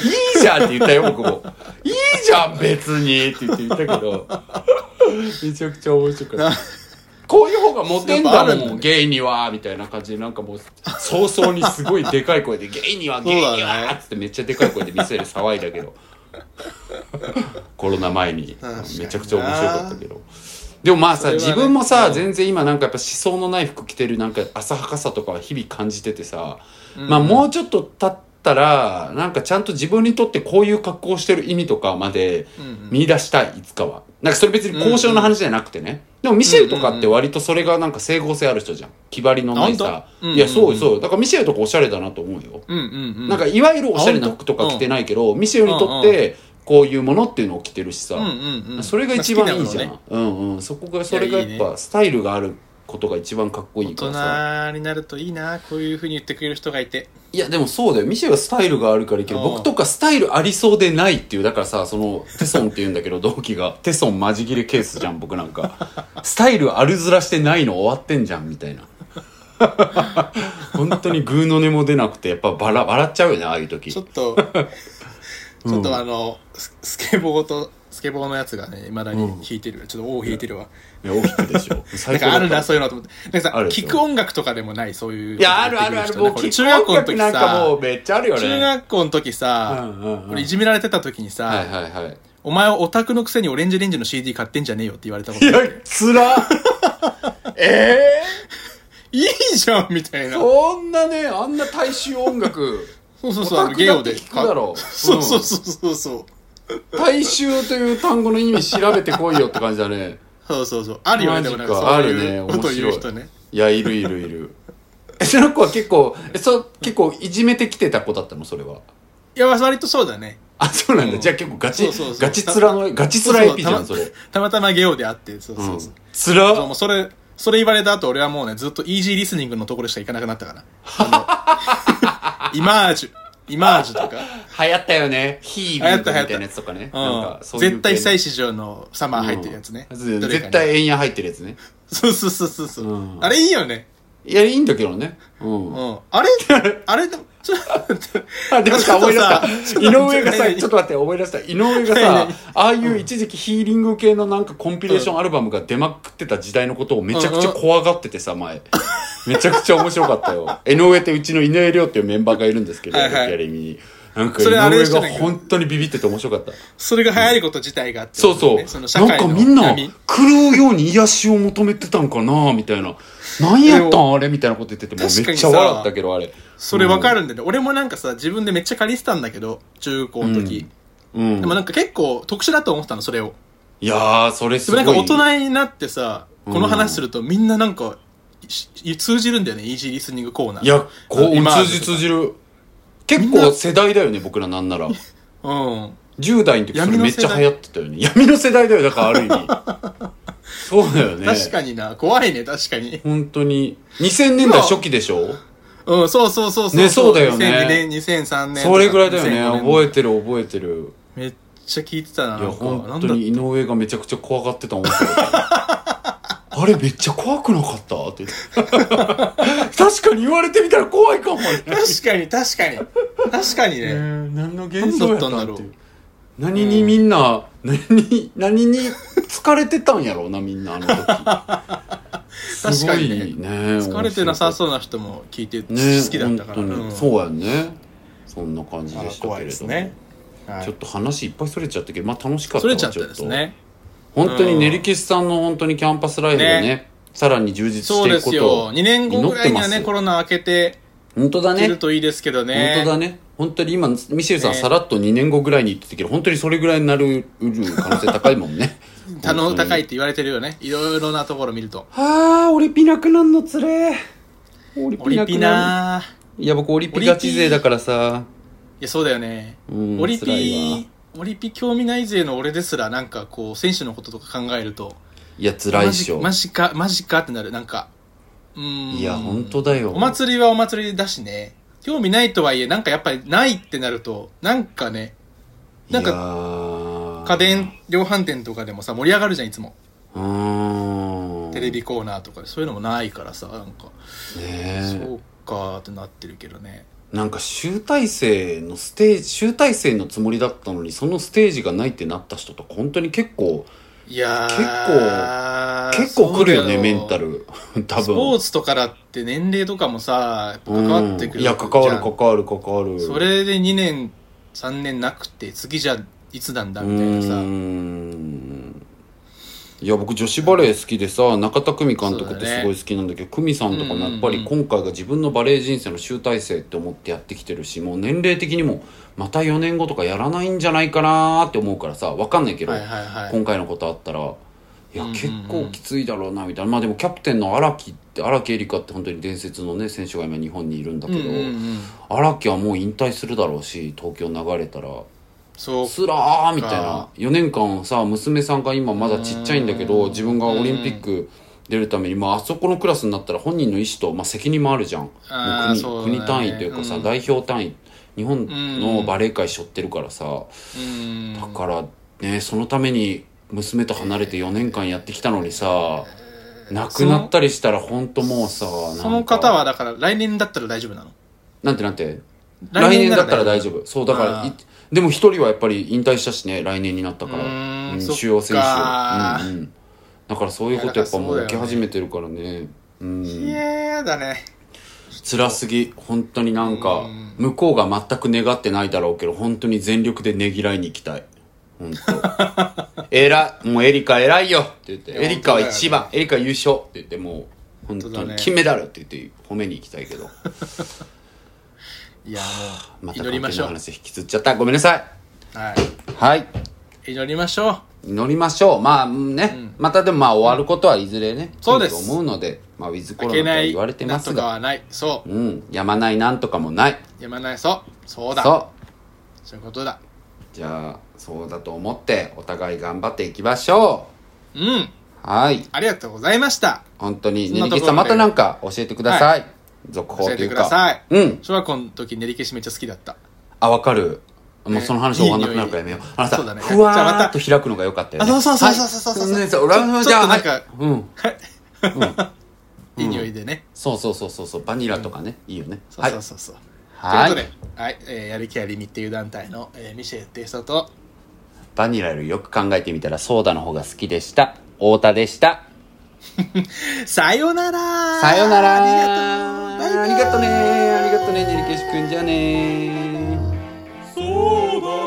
[SPEAKER 2] じゃんって言ったよ、僕も。いいじゃん、別にって言って言ったけど、めちゃくちゃ面白かっ
[SPEAKER 1] な
[SPEAKER 2] た。こういう方がモテんだ
[SPEAKER 1] やっぱあるん
[SPEAKER 2] も
[SPEAKER 1] だ
[SPEAKER 2] ん、
[SPEAKER 1] ね
[SPEAKER 2] ゲイには、みたいな感じで、なんかもう、早々にすごいでかい声で、ゲイには、ゲイに
[SPEAKER 1] そうだ
[SPEAKER 2] は
[SPEAKER 1] ね
[SPEAKER 2] っつってめっちゃでかい声で店で騒いだけど、コロナ前に
[SPEAKER 1] 確かに、な
[SPEAKER 2] めちゃくちゃ面白かったけど。でもまあさ、
[SPEAKER 1] それはね
[SPEAKER 2] 自分もさ、
[SPEAKER 1] うん
[SPEAKER 2] 全然今なんかやっぱ思想のない服着てるなんか浅はかさとかは日々感じててさ、まあもうちょっと経ったら、なんかちゃんと自分にとってこういう格好をしてる意味とかまで
[SPEAKER 1] うんうん
[SPEAKER 2] 見出したい、いつかは。なんかそれ別に交渉の話じゃなくてね。でもミシェルとかって割とそれがなんか整合性ある人じゃん。気張りのないさ
[SPEAKER 1] あ。本当
[SPEAKER 2] いや、
[SPEAKER 1] うん
[SPEAKER 2] そうそう。だからミシェルとかおしゃれだなと思うよ。
[SPEAKER 1] うんうんうん
[SPEAKER 2] なんかいわゆるおしゃれな服とか着てないけど、ミシェルにとってこういうものっていうのを着てるしさ
[SPEAKER 1] う。んうんうん
[SPEAKER 2] それが一番いいじゃ
[SPEAKER 1] まあ
[SPEAKER 2] ん。うんうん。そこが、それが
[SPEAKER 1] いや
[SPEAKER 2] やっ
[SPEAKER 1] いいね
[SPEAKER 2] ぱスタイルがあることが一番かっこいいからさ。
[SPEAKER 1] 大人になるといいなこういうふうに言ってくれる人がい て
[SPEAKER 2] いや、でもそうだよ。ミシェルはスタイルがあるからいいけど、
[SPEAKER 1] うん
[SPEAKER 2] 僕とかスタイルありそうでないっていう、だからさ、その、テソンって言うんだ けど、同期が。テソンマジ切れケースじゃん、僕なんか。 スタイルあるずらしてないの終わってんじゃん、みたい な。本当にグーの音も出なくて、やっぱバラ、笑っちゃうよね、ああいう時。
[SPEAKER 1] ちょっとちょっとあのススケボーとスケボーのやつがねいまだに弾いてるちょっと尾を引いてるわ
[SPEAKER 2] いや、大きくで しょ。
[SPEAKER 1] な
[SPEAKER 2] 最
[SPEAKER 1] んかあ
[SPEAKER 2] だ
[SPEAKER 1] るな
[SPEAKER 2] った
[SPEAKER 1] そういうのと思ってなんかさ
[SPEAKER 2] あるでしょ
[SPEAKER 1] 聞く音楽とかでもないそういう
[SPEAKER 2] いや、あるあるある。もう、
[SPEAKER 1] 僕
[SPEAKER 2] 聞
[SPEAKER 1] 中
[SPEAKER 2] く
[SPEAKER 1] 学
[SPEAKER 2] 音
[SPEAKER 1] 校の
[SPEAKER 2] 楽
[SPEAKER 1] 時
[SPEAKER 2] なんかも
[SPEAKER 1] さ
[SPEAKER 2] う、めっちゃあるよね。
[SPEAKER 1] 中学校の時さ
[SPEAKER 2] うんうんうん
[SPEAKER 1] 俺いじめられてた時に
[SPEAKER 2] はい
[SPEAKER 1] さ
[SPEAKER 2] はいはい。
[SPEAKER 1] 「お前はオタクのくせにオレンジレンジの CD 買ってんじゃねえよ」って言われたこと
[SPEAKER 2] いや、つら ええ
[SPEAKER 1] いいじゃんみたいな
[SPEAKER 2] そんなね、あんな大衆音楽、
[SPEAKER 1] そうそう
[SPEAKER 2] オ
[SPEAKER 1] そうあ
[SPEAKER 2] タ
[SPEAKER 1] の
[SPEAKER 2] ク
[SPEAKER 1] ゲ
[SPEAKER 2] だっ
[SPEAKER 1] オ
[SPEAKER 2] て
[SPEAKER 1] で
[SPEAKER 2] 聞くだろ。
[SPEAKER 1] そうそう
[SPEAKER 2] うん
[SPEAKER 1] そうそうそう
[SPEAKER 2] 大衆という単語の意味調べてこいよって感じだね。
[SPEAKER 1] そうそうそうあるよねでもなんか
[SPEAKER 2] マ
[SPEAKER 1] そう
[SPEAKER 2] ジかあ
[SPEAKER 1] いう
[SPEAKER 2] るね
[SPEAKER 1] ことを言う
[SPEAKER 2] 面白
[SPEAKER 1] 人
[SPEAKER 2] い
[SPEAKER 1] ね
[SPEAKER 2] いや、いるいるいる。え、その子は結構、え、そう、結構いじめてきてた子だったのそれは。
[SPEAKER 1] いや割とそうだね
[SPEAKER 2] あ、そうなんだ。
[SPEAKER 1] うん
[SPEAKER 2] じゃあ結構ガチ
[SPEAKER 1] そうそうそう、
[SPEAKER 2] ガチつらの、ガチつらエピじゃん、そ
[SPEAKER 1] そう
[SPEAKER 2] れ
[SPEAKER 1] そう。たまたまゲオであってそうそうそう、
[SPEAKER 2] つ
[SPEAKER 1] そう
[SPEAKER 2] ら
[SPEAKER 1] もうそれそれ言われた後俺はもうねずっとイージーリスニングのところしか行かなくなったから あのイマージュイマージュとか
[SPEAKER 2] 流行ったよね。ヒービーみたいなやつとかね。 なんか、
[SPEAKER 1] う
[SPEAKER 2] そ
[SPEAKER 1] ん、
[SPEAKER 2] ういう系ね。
[SPEAKER 1] 絶対久石場のサマー入ってるやつね、
[SPEAKER 2] うん
[SPEAKER 1] どれか
[SPEAKER 2] 絶
[SPEAKER 1] に
[SPEAKER 2] 対円屋入ってるやつね。
[SPEAKER 1] そうそうそうそうそう、
[SPEAKER 2] うん
[SPEAKER 1] あれいいよね
[SPEAKER 2] いや、いいんだけどね。うん
[SPEAKER 1] う。んあれあれでもちょっと待って
[SPEAKER 2] あ、でもさ、
[SPEAKER 1] ちょっ
[SPEAKER 2] 思い
[SPEAKER 1] と
[SPEAKER 2] 出した
[SPEAKER 1] さ。
[SPEAKER 2] 井上がさ、
[SPEAKER 1] ちょっと
[SPEAKER 2] ちょっと待って、思い出した。井上が
[SPEAKER 1] 何
[SPEAKER 2] さ
[SPEAKER 1] 何、
[SPEAKER 2] ああいう一時期ヒーリング系のなんかコンピレーションアルバムが出まくってた時代のことをめちゃくちゃ怖がっててさ、 前。めちゃくちゃ面白かったよ。井上ってうちの井上亮っていうメンバーがいるんですけど、
[SPEAKER 1] はいはい
[SPEAKER 2] やりみに。なんか井
[SPEAKER 1] それあれ
[SPEAKER 2] 上
[SPEAKER 1] でしょ
[SPEAKER 2] が本当にビビってて面白かった。
[SPEAKER 1] それが流行ること自体があって
[SPEAKER 2] そう
[SPEAKER 1] こと
[SPEAKER 2] そう。
[SPEAKER 1] ね、その社会
[SPEAKER 2] なんか
[SPEAKER 1] の
[SPEAKER 2] みんな
[SPEAKER 1] 闇、
[SPEAKER 2] 狂うように癒しを求めてたんかなみたいな。何やったんあれみたいなこと言ってて、もうめっちゃ笑ったけど、あれ。
[SPEAKER 1] それわかるんだよね、俺もなんかさ自分でめっちゃ借りてたんだけど中高の時、
[SPEAKER 2] うん
[SPEAKER 1] でも。なんか結構特殊だと思ってたのそれを
[SPEAKER 2] いやー、それす
[SPEAKER 1] で
[SPEAKER 2] ご
[SPEAKER 1] も
[SPEAKER 2] い。
[SPEAKER 1] なんか大人になってさ
[SPEAKER 2] うん
[SPEAKER 1] この話するとみんななんかし通じるんだよねイージーリスニングコーナー
[SPEAKER 2] いや、こう、
[SPEAKER 1] 今
[SPEAKER 2] 通じ通じる。結構世代だよね、僕らなんなら。
[SPEAKER 1] うん
[SPEAKER 2] 10代の時それ
[SPEAKER 1] 闇の
[SPEAKER 2] めっ
[SPEAKER 1] 世代
[SPEAKER 2] ちゃ流行ってたよね。闇の世代だよ、だからある 意味。そうだよね。
[SPEAKER 1] 確かにな怖いね確かに
[SPEAKER 2] 本当に。2000年代初期でしょ
[SPEAKER 1] うんそうそうそうそう
[SPEAKER 2] ねそうだよね
[SPEAKER 1] 2002年2003年
[SPEAKER 2] それぐらいだよね。覚え
[SPEAKER 1] て
[SPEAKER 2] てる覚えてる。
[SPEAKER 1] めっちゃ聞いてたない
[SPEAKER 2] や、
[SPEAKER 1] なんか
[SPEAKER 2] 本当
[SPEAKER 1] なんだ
[SPEAKER 2] に井上がめちゃくちゃ怖がってた面白い。あれめっちゃ怖くなかったってって 言って。確かに言われてみたら怖いかもね。
[SPEAKER 1] 確かに確かに確かに
[SPEAKER 2] え
[SPEAKER 1] ね、
[SPEAKER 2] ー何の幻想やった
[SPEAKER 1] 何だ
[SPEAKER 2] ん
[SPEAKER 1] っ
[SPEAKER 2] ったて
[SPEAKER 1] ん
[SPEAKER 2] い
[SPEAKER 1] だろ
[SPEAKER 2] う。何にみんな、何に、何に疲れてたんやろうな、みんな、あの時。
[SPEAKER 1] 確
[SPEAKER 2] すご
[SPEAKER 1] かに
[SPEAKER 2] い
[SPEAKER 1] ね
[SPEAKER 2] ね。
[SPEAKER 1] 疲れてなさ
[SPEAKER 2] う。
[SPEAKER 1] そうな人も聞いて
[SPEAKER 2] ね
[SPEAKER 1] 好きだったから、
[SPEAKER 2] 本当に
[SPEAKER 1] うん
[SPEAKER 2] そうやんね。そんな感じ
[SPEAKER 1] あ
[SPEAKER 2] で
[SPEAKER 1] ら
[SPEAKER 2] したけれども。
[SPEAKER 1] 怖いですね、はい
[SPEAKER 2] ちょっと話いっぱいそれちゃったけど、まあ楽しかった
[SPEAKER 1] そ
[SPEAKER 2] わ
[SPEAKER 1] れちゃったです。ね
[SPEAKER 2] ちょっと本当に練り消しさんの本当にキャンパスライフがね、
[SPEAKER 1] ね
[SPEAKER 2] さらに充実し
[SPEAKER 1] そ
[SPEAKER 2] てい
[SPEAKER 1] うで
[SPEAKER 2] くこ
[SPEAKER 1] す
[SPEAKER 2] と
[SPEAKER 1] よ
[SPEAKER 2] を
[SPEAKER 1] 2年後ぐら
[SPEAKER 2] 祈っ
[SPEAKER 1] いには
[SPEAKER 2] てま
[SPEAKER 1] ね
[SPEAKER 2] す
[SPEAKER 1] コロナ明けて
[SPEAKER 2] 本当だ
[SPEAKER 1] いけ
[SPEAKER 2] ね
[SPEAKER 1] る。といいですけどね
[SPEAKER 2] 本当だね。本当に今、ミシェルさん
[SPEAKER 1] ね
[SPEAKER 2] さらっと2年後ぐらいに言ってたけど、本当にそれぐらいになるうる可能性高いもん ね。
[SPEAKER 1] 他の高い
[SPEAKER 2] い。
[SPEAKER 1] って言われてるよねいろいろなところ見ると
[SPEAKER 2] ああ、オリピなくなんのつれー。オリ
[SPEAKER 1] オリピ
[SPEAKER 2] る
[SPEAKER 1] ない
[SPEAKER 2] や、僕オリピガチ勢だからさ。
[SPEAKER 1] いやそうだよね、
[SPEAKER 2] うん
[SPEAKER 1] オリ
[SPEAKER 2] 辛いわ
[SPEAKER 1] ピオリピ興味ない勢の俺ですらなんかこう選手のこととか考えると
[SPEAKER 2] いや、辛いっしょ。
[SPEAKER 1] マジかマジかってなるなんかうーん
[SPEAKER 2] いや、本当だよ。
[SPEAKER 1] お祭りはお祭りだしね興味ないとはいえなんかやっぱりないってなるとなんかねなんか
[SPEAKER 2] か
[SPEAKER 1] 家電量販店とかでもさ盛り上がるじゃんいつも
[SPEAKER 2] うん
[SPEAKER 1] テレビコーナーとかでそういうのもないからさなんか、そ
[SPEAKER 2] ね
[SPEAKER 1] うかーってなってるけどね
[SPEAKER 2] えなんか集大成のステージ集大成のつもりだったのにそのステージがないってなった人とか本当に結構
[SPEAKER 1] いやー
[SPEAKER 2] 結構くるよね
[SPEAKER 1] そうだ
[SPEAKER 2] メンタル 多分
[SPEAKER 1] スポーツとかだって年齢とかもさやっぱ関わってく
[SPEAKER 2] うん
[SPEAKER 1] る
[SPEAKER 2] い
[SPEAKER 1] じゃ
[SPEAKER 2] や
[SPEAKER 1] ん
[SPEAKER 2] 関わる関わる関わる
[SPEAKER 1] それで2年3年なくて次じゃいつなんだみたいなさ
[SPEAKER 2] うーんいや僕女子バレー好きでさ中田久美監督ってすごい好きなんだけど久美、さんとかもやっぱ
[SPEAKER 1] うん
[SPEAKER 2] り
[SPEAKER 1] うん
[SPEAKER 2] 今回が自分のバレー人生の集大成って思ってやってきてるしもう年齢的にもまた4年後とかやらないんじゃないかなーって思うからさわかんないけど、
[SPEAKER 1] はいはいはい
[SPEAKER 2] 今回のことあったらいや
[SPEAKER 1] うんうんうん
[SPEAKER 2] 結構きついだろうなみたいなまあでもキャプテンの荒木って荒木絵里香って本当に伝説のね選手が今日本にいるんだけ
[SPEAKER 1] うん
[SPEAKER 2] ど
[SPEAKER 1] うんうん
[SPEAKER 2] 荒、木はもう引退するだろうし東京流れたら。
[SPEAKER 1] そう
[SPEAKER 2] すらーみたい
[SPEAKER 1] あ
[SPEAKER 2] な4年間さ娘さんが今まだちっちゃいんだけ
[SPEAKER 1] う
[SPEAKER 2] ど
[SPEAKER 1] ん
[SPEAKER 2] 自分がオリンピック出るために、まあ、あそこのクラスになったら本人の意思と、まあ、責任もあるじゃんもう
[SPEAKER 1] あー
[SPEAKER 2] 国
[SPEAKER 1] そうだね
[SPEAKER 2] 国単位というかさ、
[SPEAKER 1] うん
[SPEAKER 2] 代表単位日本
[SPEAKER 1] う
[SPEAKER 2] の
[SPEAKER 1] ん
[SPEAKER 2] バレー界背負ってるからさ、
[SPEAKER 1] うん
[SPEAKER 2] だからねそのために娘と離れて4年間やってきたのにさ、亡くなったりしたら本当もうさ
[SPEAKER 1] その
[SPEAKER 2] な
[SPEAKER 1] 方
[SPEAKER 2] んか
[SPEAKER 1] はだから来年だったら大丈夫なの
[SPEAKER 2] なんてなんて来年だったら大丈夫そうだから
[SPEAKER 1] あー
[SPEAKER 2] いでも一人はやっぱり引退したしね来年になったから
[SPEAKER 1] うーん
[SPEAKER 2] うん
[SPEAKER 1] そっか
[SPEAKER 2] 主要選手、うんうん、だからそういうことやっぱも
[SPEAKER 1] いうやだ
[SPEAKER 2] 起き
[SPEAKER 1] からそうだよ
[SPEAKER 2] 始め
[SPEAKER 1] ね
[SPEAKER 2] てるからねうん
[SPEAKER 1] いやーだね
[SPEAKER 2] 辛すぎ本当になん
[SPEAKER 1] う
[SPEAKER 2] か
[SPEAKER 1] ん
[SPEAKER 2] 向こうが全く願ってないだろうけど本当に全力でねぎらいに行きたい本当 偉いもうエリカ偉いよって言って
[SPEAKER 1] いや
[SPEAKER 2] エリカは
[SPEAKER 1] 本当だよね
[SPEAKER 2] 一番、エリカ優勝って言ってもう本当
[SPEAKER 1] 本当だ
[SPEAKER 2] に
[SPEAKER 1] ね
[SPEAKER 2] 金メダルって言って褒めに行きたい けど
[SPEAKER 1] いやも
[SPEAKER 2] ま
[SPEAKER 1] う
[SPEAKER 2] た
[SPEAKER 1] 祈
[SPEAKER 2] 関
[SPEAKER 1] りま
[SPEAKER 2] 係
[SPEAKER 1] しょ
[SPEAKER 2] の
[SPEAKER 1] う
[SPEAKER 2] 話引きずっちゃったごめんなさい
[SPEAKER 1] は
[SPEAKER 2] はい
[SPEAKER 1] い祈りましょう
[SPEAKER 2] 乗りましょうまあうんね、またでもまあ終わることはいずれね、
[SPEAKER 1] そうです
[SPEAKER 2] 来ると思うので、まあ、ウィズコ
[SPEAKER 1] 負
[SPEAKER 2] ロナ
[SPEAKER 1] け
[SPEAKER 2] と
[SPEAKER 1] な
[SPEAKER 2] はい言われてま
[SPEAKER 1] なん
[SPEAKER 2] す
[SPEAKER 1] とか
[SPEAKER 2] が
[SPEAKER 1] はないそ
[SPEAKER 2] うんやまないなんとかもないう
[SPEAKER 1] やまないそうそうだ
[SPEAKER 2] そう
[SPEAKER 1] そういうことだ
[SPEAKER 2] じゃあそうだと思ってお互い頑張っていきましょ
[SPEAKER 1] うん
[SPEAKER 2] うはい
[SPEAKER 1] ありがとうございました
[SPEAKER 2] 本当に
[SPEAKER 1] そんな
[SPEAKER 2] ねり
[SPEAKER 1] ところで
[SPEAKER 2] きさんまたなんか教えてください、続報
[SPEAKER 1] 教
[SPEAKER 2] と
[SPEAKER 1] え
[SPEAKER 2] い
[SPEAKER 1] て
[SPEAKER 2] う
[SPEAKER 1] く
[SPEAKER 2] か
[SPEAKER 1] ださい
[SPEAKER 2] うん
[SPEAKER 1] 小学校の時練り消しめっちゃ好きだった
[SPEAKER 2] あわかるもうその話終
[SPEAKER 1] ね
[SPEAKER 2] わんなくなるからやめようあなた
[SPEAKER 1] そうだね
[SPEAKER 2] ふわ
[SPEAKER 1] じゃあ
[SPEAKER 2] ー
[SPEAKER 1] また
[SPEAKER 2] っと開くのが良かったよね
[SPEAKER 1] あそうそうそうそうそうそう
[SPEAKER 2] はい
[SPEAKER 1] そう
[SPEAKER 2] ね俺は
[SPEAKER 1] ちょ
[SPEAKER 2] じゃあ
[SPEAKER 1] ちょっとなんか
[SPEAKER 2] はいうん
[SPEAKER 1] いい匂いでね
[SPEAKER 2] そうそうそうそうそうバニラとかね、いいよね
[SPEAKER 1] そうそうそうそう
[SPEAKER 2] はい
[SPEAKER 1] ということではいえーやる気ありみっていう団体のえーミシェル・テイサと
[SPEAKER 2] バニラよりよく考えてみたらソーダの方が好きでした。太田でした。
[SPEAKER 1] さよなら
[SPEAKER 2] さよなら
[SPEAKER 1] ありがとうバイバイ
[SPEAKER 2] ありがとね。ありがとね、ねりけしくんじゃね
[SPEAKER 3] そうだ